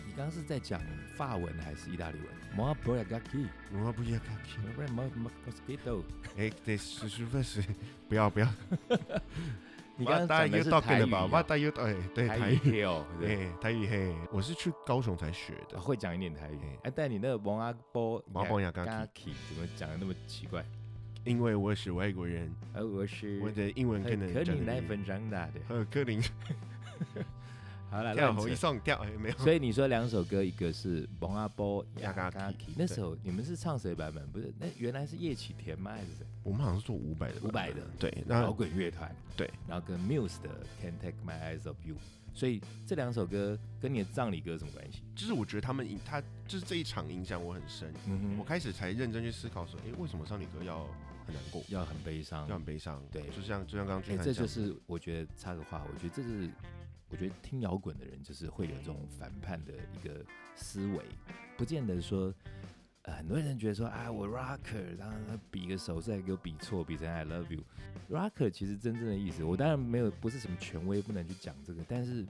B: 你刚刚是在讲法文还是意大利文 m o b r a g a k i
A: m o a b o y a g a k
B: m o b r a m o mosquito。
A: i 哎，对，是是不是？不要 不要，
B: 你刚刚讲的是台语
A: 吧？
B: 哦，
A: 哇，大又哎，对，台
B: 台语
A: 语，
B: 嘿哦，对，
A: 哎，台语嘿，我是去高雄才学的。
B: 会讲一点台语
A: 嘿。
B: 哎，但你那个王阿波
A: 王阿波雅嘎
B: 嘎奇怎么讲的那么奇怪？
A: 因为我是外国人，
B: 而呃我是
A: 我的英文可
B: 可
A: 能
B: 可
A: 讲
B: 你奶
A: 的。
B: 粉长大的。
A: 呃，柯林
B: 好了，
A: 跳
B: 乱
A: 猴
B: 扯
A: 一上吊，哎，没有，
B: 所以你说两首歌，一个是王阿波
A: 雅嘎
B: 嘎
A: 奇
B: 奇，那时候你们是唱谁版本？不是，那原来是叶启田吗？还是谁？
A: 我们好像是做五百的吧，
B: 500的
A: 对，
B: 摇
A: 那
B: 滚乐团，
A: 对，
B: 然后跟 Muse 的 Can't Take My Eyes Off You，所以这两首歌跟你的葬礼歌有什么关系？
A: 就是我觉得他们影，他就是这一场影响我很深，
B: 嗯
A: 我开始才认真去思考说，哎，为什么上礼歌要很难过，
B: 要很悲伤
A: 要，很悲伤？
B: 对
A: 就像就像刚刚
B: 哎、
A: 俊涵
B: 这就
A: 讲，
B: 是我觉得插个话，我觉得这是我觉得听摇滚的人就是会有这种反叛的一个思维，不见得说。呃很多人觉得说啊，我 rocker，然后他比个手势还给我比错，比成 I love you。rocker 其实真正的意思，我当然没有不是什么权威，不能去讲这个，但是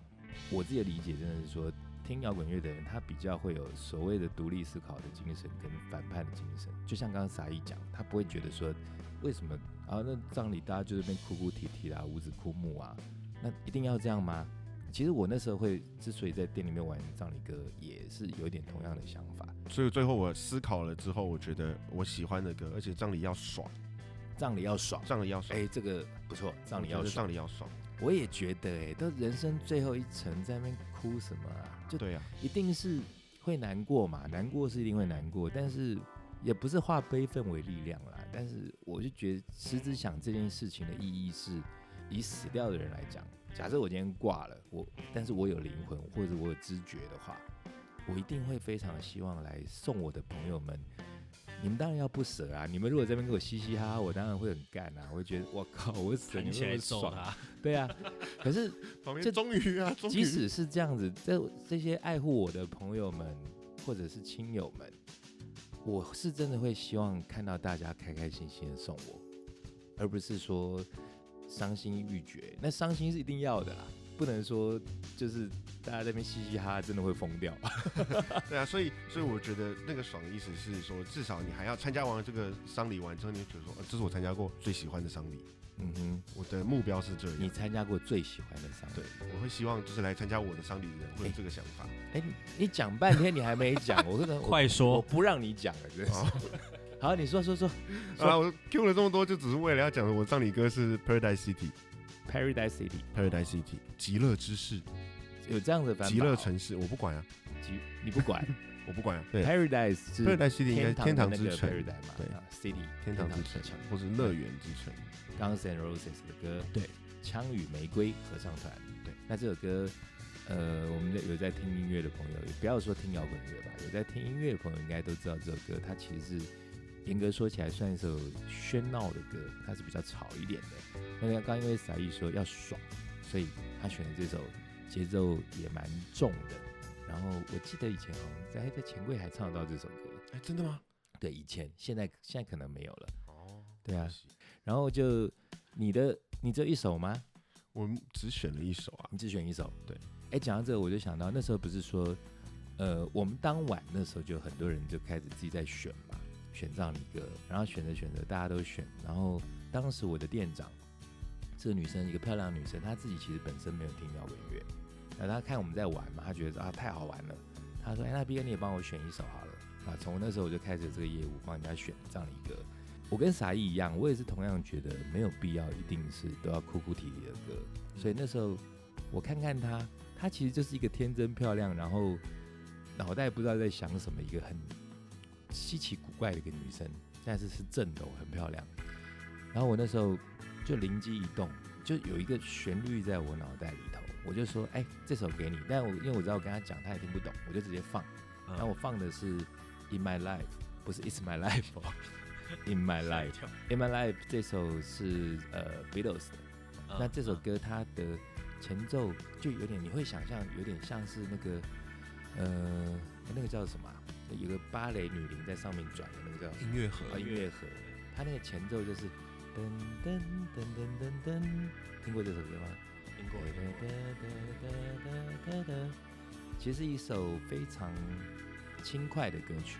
B: 我自己的理解真的是说，听摇滚乐的人他比较会有所谓的独立思考的精神跟反叛的精神，就像刚刚沙溢讲，他不会觉得说为什么啊？那葬礼大家就是那边哭哭啼啼啦，五子枯木啊，那一定要这样吗？其实我那时候会之所以在店里面玩葬礼歌，也是有点同样的想法。
A: 所以最后我思考了之后，我觉得我喜欢的歌，而且葬礼要爽，
B: 葬礼要爽，
A: 葬礼要爽，
B: 哎、这个不错，葬礼
A: 我
B: 要
A: 觉得
B: 爽
A: 葬。礼要爽，
B: 我也觉得、哎，到人生最后一层在那边哭什么啊？就
A: 对呀，
B: 一定是会难过嘛，
C: 嗯
B: 难过是一定会难过，但是也不是化悲愤为力量啦。但是我就觉得狮子想这件事情的意义是，以死掉的人来讲，假设我今天挂了，我但是我有灵魂或者我有知觉的话，我一定会非常希望来送我的朋友们你们当然要不舍啊！你们如果这边给我嘻嘻哈哈，我当然会很干啊，我会觉得我靠，我死
C: 弹
B: 你
C: 起来
B: 们
C: 揍
B: 爽，
C: 他，
B: 对啊。可是
A: 旁边
B: 这
A: 终于啊， 终于
B: 即使是这样子，这这些爱护我的朋友们或者是亲友们，我是真的会希望看到大家开开心心的送我，而不是说伤心欲绝。那伤心是一定要的啦，不能说就是大家在那边嘻嘻哈哈，真的会疯掉。
A: 对啊，所以所以我觉得那个爽的意思是说，至少你还要参加完这个丧礼完之后，你就觉得说，呃，这是我参加过最喜欢的丧礼，
B: 嗯哼，
A: 我的目标是这
B: 你
A: 样。
B: 参加过最喜欢的丧礼
A: 对？，我会希望就是来参加我的丧礼的人会有这个想法。
B: 哎、你你讲半天你还没讲，我真的我
C: 快
B: 我
C: 说！
B: 不让你讲
A: 哎
B: 了，真
A: 哦
B: 的是。好，你说说说
A: 啊，我 Q 了这么多，就只是为了要讲我葬礼歌是 Paradise City，Paradise
B: ，Paradise City
A: City，极乐之市，
B: 有这样的版本哦？
A: 极乐城市，我不管啊，
B: 极，你不管
A: 我不管啊。对
B: ，Paradise 是
A: ，Paradise City 应该
B: 天
A: 天堂
B: 的那
A: 之
B: 个
A: 城，
B: Paradise 嘛，
A: 对
B: 啊，City
A: 天堂之城，或是乐园之城。
B: Guns N' Roses 的歌，
C: 对，
B: 枪与玫瑰合唱团，对，那这首歌，呃，我们在有在听音乐的朋友，也不要说听摇滚乐吧，有在听音乐的朋友应该都知道这首歌，它其实是严格说起来算一首喧闹的歌，它是比较吵一点的。那刚刚因为撒意说要爽，所以他选的这首节奏也蛮重的。然后我记得以前好像在在钱柜还唱得到这首歌，
A: 哎，真的吗？
B: 对，以前现在现在可能没有了。
A: 哦，
B: 对啊
A: 可惜，
B: 然后就你的你只有一首吗？
A: 我只选了一首啊。
B: 你只选一首，
A: 对。
B: 哎，讲到这个，我就想到那时候不是说，呃，我们当晚那时候就很多人就开始自己在选嘛，选葬礼歌，然后选着选着大家都选，然后当时我的店长，这个女生一个漂亮女生，她自己其实本身没有听摇滚乐，那她看我们在玩嘛，她觉得啊太好玩了，她说哎那 B 哥你也帮我选一首好了啊，从那时候我就开始这个业务帮人家选葬礼歌。我跟傻一一样，我也是同样觉得没有必要一定是都要哭哭啼啼的歌，所以那时候我看看她，她其实就是一个天真漂亮，然后脑袋不知道在想什么，一个很稀奇古怪的一个女生，但是是正的哦，很漂亮。然后我那时候就灵机一动，就有一个旋律在我脑袋里头，我就说：“哎，这首给你。”但我因为我知道我跟她讲，她也听不懂，我就直接放。
C: 嗯
B: 然后我放的是《In My Life》，不是《It's My Life 哦》，In My Life》。《In My Life》这首是呃 Beatles 的，
C: 嗯
B: 那这首歌它的前奏就有点，你会想象有点像是那个呃那个叫什么啊、有个芭蕾女伶在上面转的那个叫
C: 音乐盒
B: 啊音乐盒，它那个前奏就是噔噔噔噔噔噔，听过这首歌吗？
C: 听过
B: 其实是一首非常轻快的歌曲。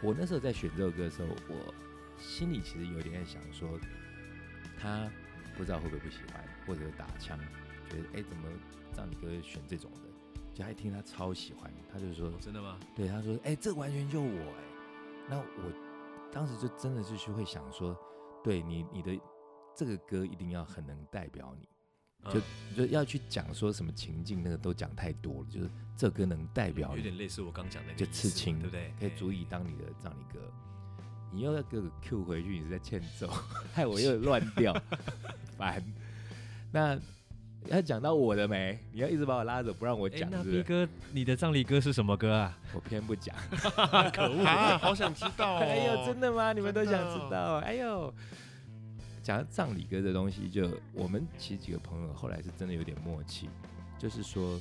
B: 我那时候在选这首歌的时候，我心里其实有点在想说，他不知道会不会不喜欢，或者打枪，觉得哎、诶怎哎么让你哥选这种的？就他一听他超喜欢，他就说
C: 真的吗？
B: 对，他说：“哎、这完全就我哎、那我当时就真的就是会想说，对你你的这个歌一定要很能代表你，
C: 嗯
B: 就、就要去讲说什么情境那个都讲太多了，就是这首歌能代表
C: 有点
B: 你，
C: 类似我刚讲的那个
B: 哦就
C: 意
B: 刺
C: 思嘛
B: 青
C: 对不对？哎
B: 可以足以当你的葬礼歌。你又要给我 Q 回去，你是在欠 揍，害我又乱掉，烦。那要讲到我的没？你要一直把我拉着不让我
C: 我
B: 讲，
C: 哎那
B: 是不
C: B
B: 是？
C: 哥，你的葬礼歌是什么歌啊？
B: 我偏不讲。”
A: 可 恶啊！好想知 道哦。
B: 哎呦，真的吗？你们都想
A: 真的哦
B: 知道？哎呦，讲到葬礼歌这东西就，我们其实几个朋友后来是真的有点默契，就是说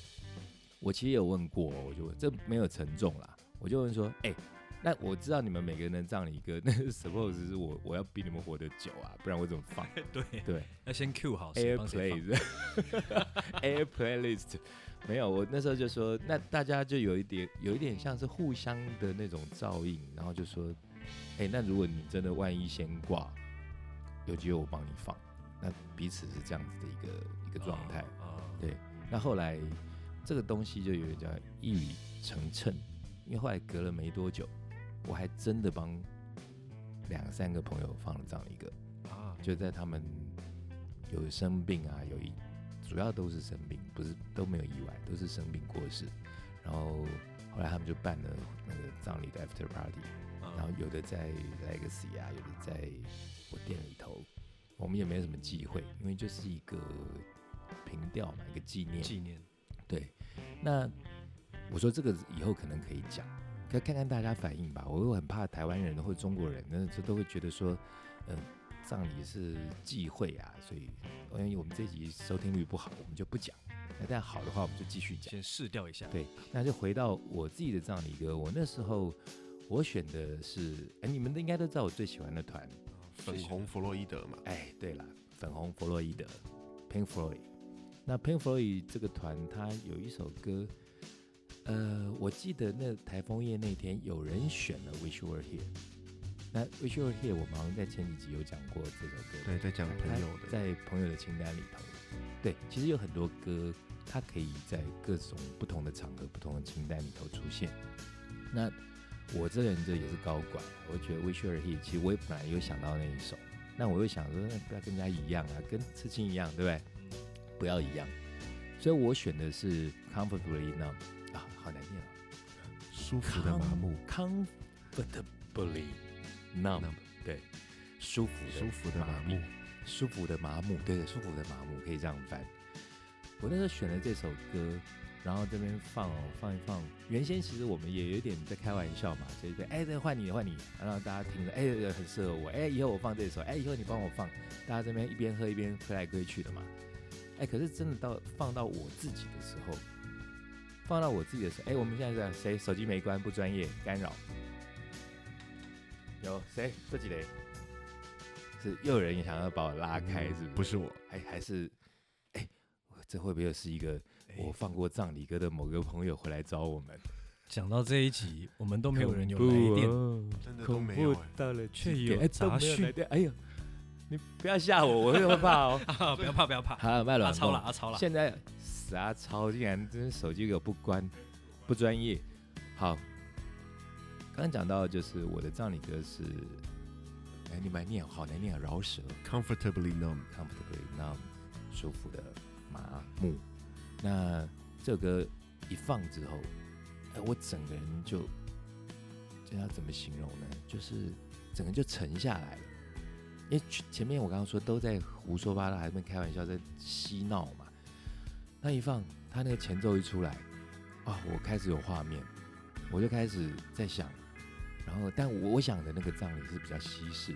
B: 我其实有问过，我就问这没有沉重啦，我就问说，哎、那我知道你们每个人的葬礼歌，那 suppose 是我我要比你们活得久啊，不然我怎么放？
C: 对，
B: 对，
C: 要先 Q 好哦谁
B: Air
C: 帮谁
B: Play
C: 放。
B: 是 Air Playlist，没有，我那时候就说，那大家就有一点，有一点像是互相的那种照应，然后就说，哎、那如果你真的万一先挂，有机会我帮你放，那彼此是这样子的一个一个状态。
C: 哦，哦
B: 对，那后来这个东西就有点叫一语成谶，因为后来隔了没多久，我还真的帮两三个朋友放了这样一个。
C: 啊，
B: 就在他们有生病啊，有一主要都是生病，不是都没有意外，都是生病过世。然后后来他们就办了那个葬礼的 after party，
C: 嗯
B: 然后有的在 Legacy 啊，有的在我店里头，我们也没有什么忌讳，因为就是一个凭吊嘛，一个纪念。
C: 纪念
B: 对，那我说这个以后可能可以讲，要看看大家反应吧。我又很怕台湾人或者中国人，那这都会觉得说，嗯、葬礼是忌讳啊，所以因为我们这集收听率不好，我们就不讲。那但好的话，我们就继续讲。
C: 先试掉一下。
B: 对，那就回到我自己的葬礼歌。我那时候我选的是，哎，你们应该都知道我最喜欢的团。
A: 粉红弗洛伊德嘛，
B: 哎，对了，粉红弗洛伊德 （Pink Floyd）。那 Pink Floyd 这个团，它有一首歌，呃，我记得那台风夜那天，有人选了《Wish You Were Here》。那《Wish You Were Here》，我们好像在前几集有讲过这首歌。
A: 对，在讲朋友的，
B: 在朋友的清单里头。对，其实有很多歌，它可以在各种不同的场合、不同的清单里头出现。那我这人这也是高管，我觉得《Wish You Were Here》，其实我也本来有想到那一首，那我又想说，那不要跟人家一样啊，跟刺青一样，对不对？不要一样，所以我选的是《Comfortably Numb》啊，好难念哦。
A: 舒服的麻木，
B: Comfortably Numb，对，舒服的
A: 舒服的麻木，
B: 舒服的麻木，对对，舒服的麻木可以这样翻。我那时候选了这首歌，然后这边放哦放一放，原先其实我们也有点在开玩笑嘛，就是哎，这个换你换你，然后大家听着，哎，这个很适合我，哎，以后我放这首，哎，以后你帮我放，大家这边一边喝一边推来推去的嘛，哎，可是真的到放到我自己的时候，放到我自己的时候，哎，我们现在在谁手机没关不专业干扰，有谁这几雷？是又有人想要把我拉开，
C: 嗯
B: 是不是？
A: 不是我，
B: 还还是，哎、这会不会又是一个
A: 哎
B: 我放过葬礼歌的某个朋友回来找我们？
C: 讲到这一集，我们都没有人有来 电，
A: 真的都
B: 恐
A: 没有
B: 怖
A: 哎，
B: 到了
C: 却
B: 极点
C: 有
B: 哎
C: 杂
B: 都没有
C: 讯。
B: 来电哎呦，你不要吓我，我会会怕哦
C: 啊不要怕，不要怕，
B: 好，麦
C: 阿
B: 软
C: 超
B: 梦
C: 啦，阿超啦，
B: 现在哦死阿超竟然真是手机给我不关，不专业。好，刚刚讲到就是我的葬礼歌是，哎，你们念好难念啊，饶舌。
A: comfortably numb，
B: comfortably 那舒服的麻木。那这首歌一放之后，哎，我整个人就，这要怎么形容呢？就是整个就沉下来了。因为前前面我刚刚说都在胡说八道，还在开玩笑，在嬉闹嘛。那一放，他那个前奏一出来，啊，我开始有画面，我就开始在想，然后但我我想的那个葬礼是比较西式，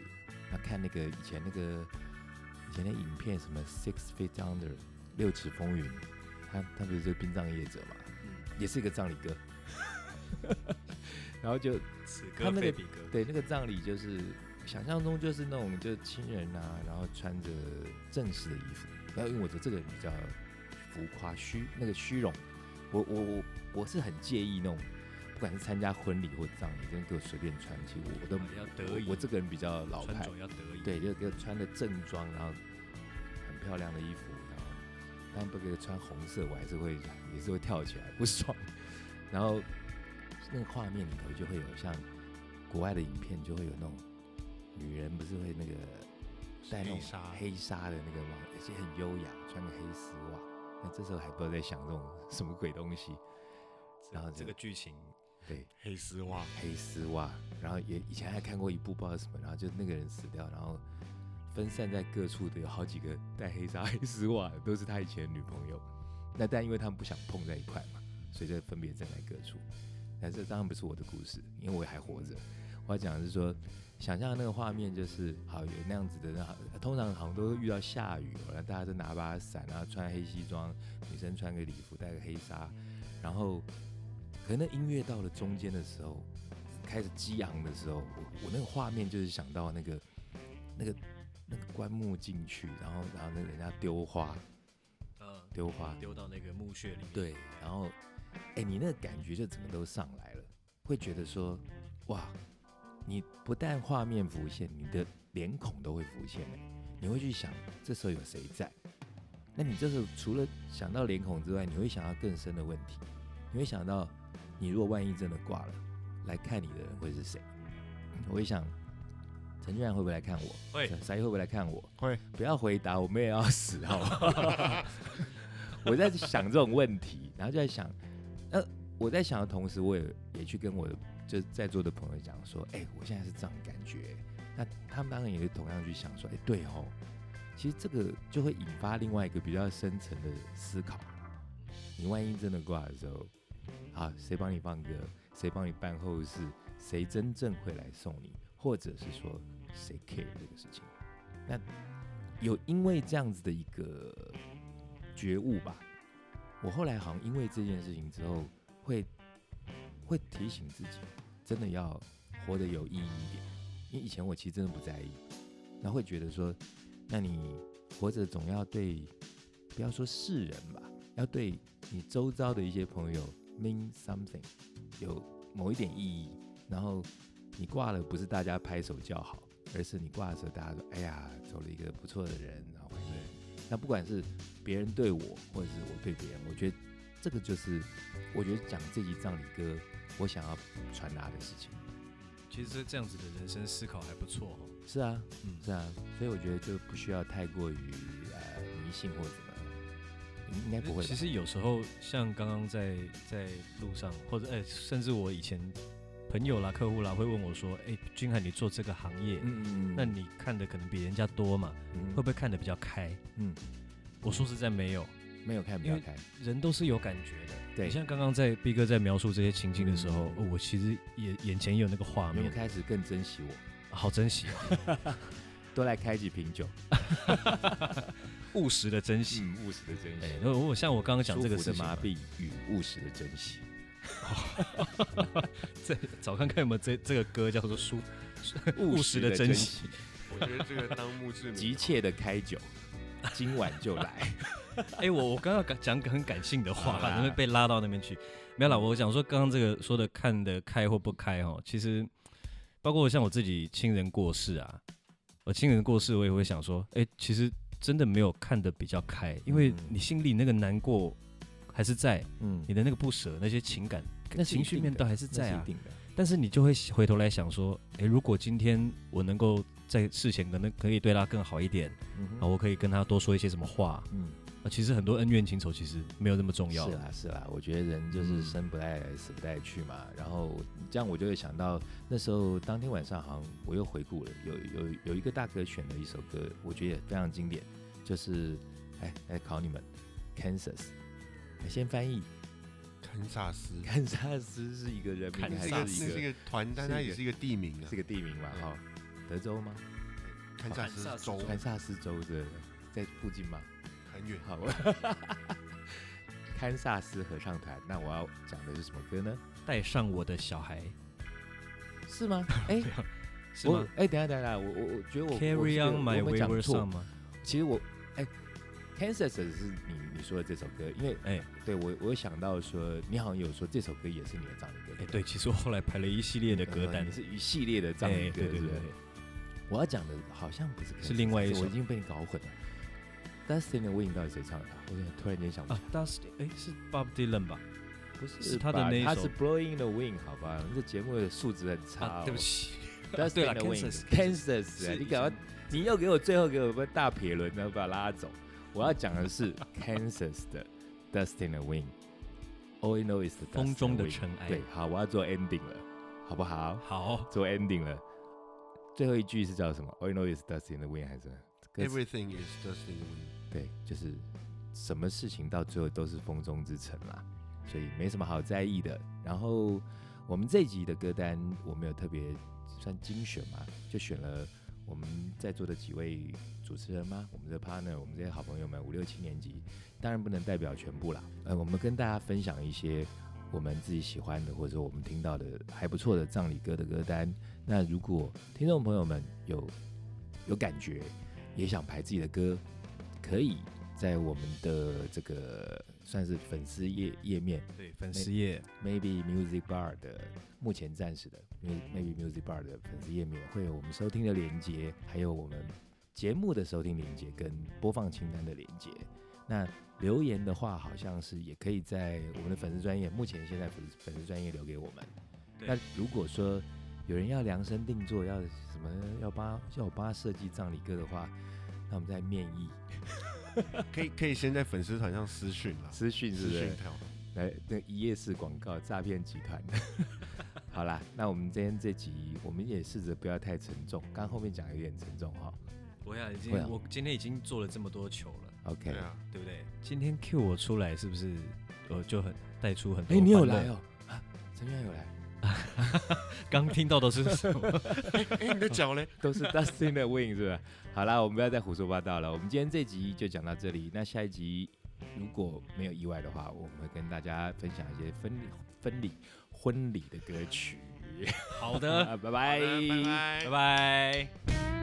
B: 那看那个以前那个以前的影片，什么《Six Feet Under》六尺风云，他他不是就是殡葬业者嘛，
C: 嗯
B: 也是一个葬礼歌， 然后就
C: 此
B: 他
C: 歌
B: 那个
C: 非彼歌，
B: 对，那个葬礼就是想象中就是那种就亲人啊，然后穿着正式的衣服。然后因为我的这个人比较浮夸虚，那个虚荣，我我我我是很介意那种，不管是参加婚礼或葬礼，真的给我随便穿，其实我我都
C: 啊要得
B: 我
C: 意，
B: 我这个人比较老
C: 穿
B: 派，
C: 着要得意，
B: 对，就给我穿的正装，然后很漂亮的衣服，然后但不给我穿红色，我还是会也是会跳起来不爽。 然后那个画面里头就会有像国外的影片就会有那种女人不是会那个戴那种
C: 黑纱
B: 黑纱的那个嘛，而且很优雅，穿个黑丝袜。那这时候还不知道在想这种 什么鬼东西，
C: 这，
B: 然后
C: 这
B: 就
C: 个剧情
B: 对，
A: 黑丝袜，
B: 黑丝袜，然后也以前还看过一部不知道什么，然后就那个人死掉，然后分散在各处的有好几个戴黑纱、黑丝袜的，都是呃他以前的女朋友。那但因为他们不想碰在一块嘛，所以就分别站在各处。但这当然不是我的故事，因为我还活着。我要讲的是说，想象的那个画面就是好有那样子的，那呃通常好像都遇到下雨了，大家都拿把伞，然后穿黑西装，女生穿个礼服，戴个黑纱，然后可能那音乐到了中间的时候，开始激昂的时候，我我那个画面就是想到那个那个那个棺木进去，然后然后那个人家丢花
C: 嗯，
B: 丢花，
C: 丢到那个墓穴里面，
B: 对，然后哎、你那个感觉就整个都上来了，会觉得说哇，你不但画面浮现，你的脸孔都会浮现哎、你会去想这时候有谁在。那你这时候除了想到脸孔之外，你会想到更深的问题，你会想到你如果万一真的挂了，来看你的人会是谁？ 我会想，陈俊然会不会来看我？
C: 会
B: 沙溢会不会来看我？
A: 会，
B: 不要回答，我们也要死，好吗？我在想这种问题，然后就在想，呃，我在想的同时，我也也去跟我的就是在座的朋友讲说，哎、我现在是这样的感觉。那他们当然也是同样去想说，哎、对哦，其实这个就会引发另外一个比较深层啊的思考。你万一真的挂的时候，好，谁帮你放歌？谁帮你办后事，谁真正会来送你，或者是说谁 care 这个事情。那有因为这样子的一个觉悟吧，我后来好像因为这件事情之后，会会提醒自己，真的要活得有意义一点。因为以前我其实真的不在意，然后会觉得说，那你活着总要对，不要说世人吧，要对你周遭的一些朋友 mean something，有某一点意义。然后你挂了，不是大家拍手叫好，而是你挂的时候，大家说：“哎呀，走了一个不错的人。”然后欢迎。那不管是别人对我，或者是我对别人，我觉得这个就是，我觉得讲这集葬礼歌，我想要传达的事情。
C: 其实这这样子的人生思考还不错哦。
B: 是啊，
C: 嗯，
B: 是啊，所以我觉得就不需要太过于呃迷信或怎么样，应应该不会吧
C: 其。实有时候像刚刚在在路上，或者哎、甚至我以前朋友啦、客户啦，会问我说：“哎、君海，你做这个行业，
B: 嗯嗯
C: 那你看的可能比人家多嘛，会不
B: 会
C: 会看的比较开
B: 嗯？”
C: 我说实在没有，
B: 没有看没
C: 因
B: 有
C: 为啊
B: 看？
C: 人都是有感觉的。
B: 对
C: 你像刚刚在毕哥在描述这些情境的时候，哦
B: 嗯
C: 我其实也眼前也有那个画
B: 你
C: 面
B: 们，开始更珍惜我，
C: 好珍惜，哦
B: 多来开几瓶酒，
C: 务实的珍惜。
B: 嗯，务实的珍
C: 哎、如果我像我刚刚讲
B: 舒
C: 这个
B: 服
C: 事
B: 的
C: 情啊
B: 麻
C: 嘛，
B: 痹与务实的珍惜。
C: 这找看看有没有这这个歌叫做“舒
B: 务
C: 务
B: 实
C: 实
B: 的
C: 的
B: 珍
C: 珍
B: 惜
C: 惜
A: 我觉得这个当墓志铭啊
B: 急切的开酒，今晚就 来。”。
C: 哎，我我刚刚感讲很感性的话
B: 好啦
C: 啦，因为被拉到那边去。没有啦，我想说刚刚这个说的看得开或不开哦，其实包括像我自己亲人过世啊，我亲人过世，我也会想说，哎，其实真的没有看得比较开，因为
B: 嗯
C: 你心里那个难过还是在，
B: 嗯
C: 你的那个不舍，那些情感
B: 那是一
C: 情绪
B: 定
C: 面
B: 的
C: 都还是
B: 这
C: 在
B: 是
C: 啊
B: 一。定的。
C: 但是你就会回头来想说，诶，如果今天我能够在事前可能可以对他更好一点，
B: 嗯
C: 啊，我可以跟他多说一些什么话，
B: 嗯，
C: 啊，其实很多恩怨情仇其实没有那么重要。
B: 是啦啊是啦，我觉得人就是生不带来，死不带去嘛。然后这样我就会想到那时候当天晚上，好像我又回顾了，有有有一个大哥选的一首歌，我觉得也非常经典，就是哎来考你们，Kansas。先哎翻译，
A: 堪萨斯，
B: 堪萨斯是一个人名
C: 堪
B: 还
A: 这个
B: 是
C: 萨
A: 那
B: 一
C: 斯
A: 是一
B: 个
A: 个团，但
B: 是
A: 它
B: 一个
A: 也是一个地名啊
B: 是。个地名嘛？哈，德州吗？
A: 堪萨斯
C: 堪萨
A: 是
C: 斯
A: 州
C: 州
B: 堪萨斯州的，在附近吗？
A: 很远，
B: 好，堪萨斯合唱团。那我要讲的是什么歌呢？
C: 带上我的小孩
B: 是吗？哎、
C: 是
B: 我
C: 吗
B: 哎、等一下等一下，我我我觉得我我
C: ？Carry
B: 是
C: on my
B: 我没讲
C: wayward
B: 错
C: son。吗？
B: 其实我哎、k a n s a s 是你你说的这首歌，因为
C: 哎
B: 对我我有想到说，你好像有说这首歌也是你的葬礼歌，
C: 哎，对，其实我后来排了一系列的歌单
B: 嗯你，是一系列的葬礼
C: 哎，对
B: 歌，
C: 对
B: 是
C: 对
B: 不是
C: 对，
B: 我要讲的好像不是 Kansas，
C: 是另外一首
B: 我已经被你搞混了。Dustin 的 Win 到底谁唱的啊？我突然间想不起
C: 啊，Dusty，哎，是 Bob Dylan 吧？
B: 来，不是
C: 是他的
B: 吧
C: 那一
B: 他
C: 首
B: 是 Blowing the Wind，好吧？我们这节目的素质很差、哦
C: 啊，对不。起，对
B: Dustin
C: 啦
B: 的 Win
C: Kansas，
B: Kansas，啊
C: 是
B: 你
C: 以
B: 赶快
C: 前
B: 你又给我最后给我个大撇轮，然后把我拉走。我要讲的 是 Kansas 的 Dustin 的 Win。All I know is the
C: 风中的
B: Dustin
C: 尘
B: Wing
C: 埃
B: 对，好，我要做 ending 了，好不好？
C: 好
B: 做 ending 了。最后一句是叫什么？All I know is Dustin 的 Win 还是什么？歌词
A: ，Everything is just in the wind。
B: 对，就是什么事情到最后都是风中之尘啦，所以没什么好在意的。然后我们这一集的歌单，我们有特别算精选嘛，就选了我们在座的几位主持人嘛，我们的 partner，我们这些好朋友们，五六七年级，当然不能代表全部啦。呃，我们跟大家分享一些。我们自己喜欢的，或者说我们听到的还不错的葬礼歌的歌单。那如果听众朋友们有有感觉，也想排自己的歌，可以在我们的这个算是粉丝页页面
C: 对，粉丝页，
B: ，Maybe Music Bar 的目前暂时的 Mu- Maybe Music Bar 的粉丝页面会有我们收听的连接，还有我们节目的收听连接跟播放清单的连接。那留言的话，好像是也可以在我们的粉丝专业，目前现在粉丝粉丝专业留给我们。
C: 对
B: 那如果说有人要量身定做，要什么要帮要我帮他设计葬礼歌的话，那我们再面议
A: 可以可以先在粉丝团上私讯啦，
B: 私讯是
A: 私
B: 不是
A: 讯？跳。
B: 来，那一夜式广告诈骗集团。 好啦，那我们今天这集我们也试着不要太沉重，刚后面讲有点沉重哈、
C: 我呀已经
B: 会啊
C: 我今天已经做了这么多球了。
B: OK，
A: 对
B: 哎、
A: 啊，
C: 对不对？今天 Q 呃我出来是不是，我就很带出很多？
B: 哎哦你有来？哦？啊，陈俊有来，
C: 刚听到的是什么？
A: 哎，你的脚嘞？
B: 都是 Dustin 的 Win 是吧？好啦，我们不要再胡说八道了。我们今天这集就讲到这里。那下一集如果没有意外的话，我们会跟大家分享一些分离、分离、婚礼的歌曲。
C: 好的，
A: 哎
B: 啊，拜
A: 好的拜拜
C: 拜拜。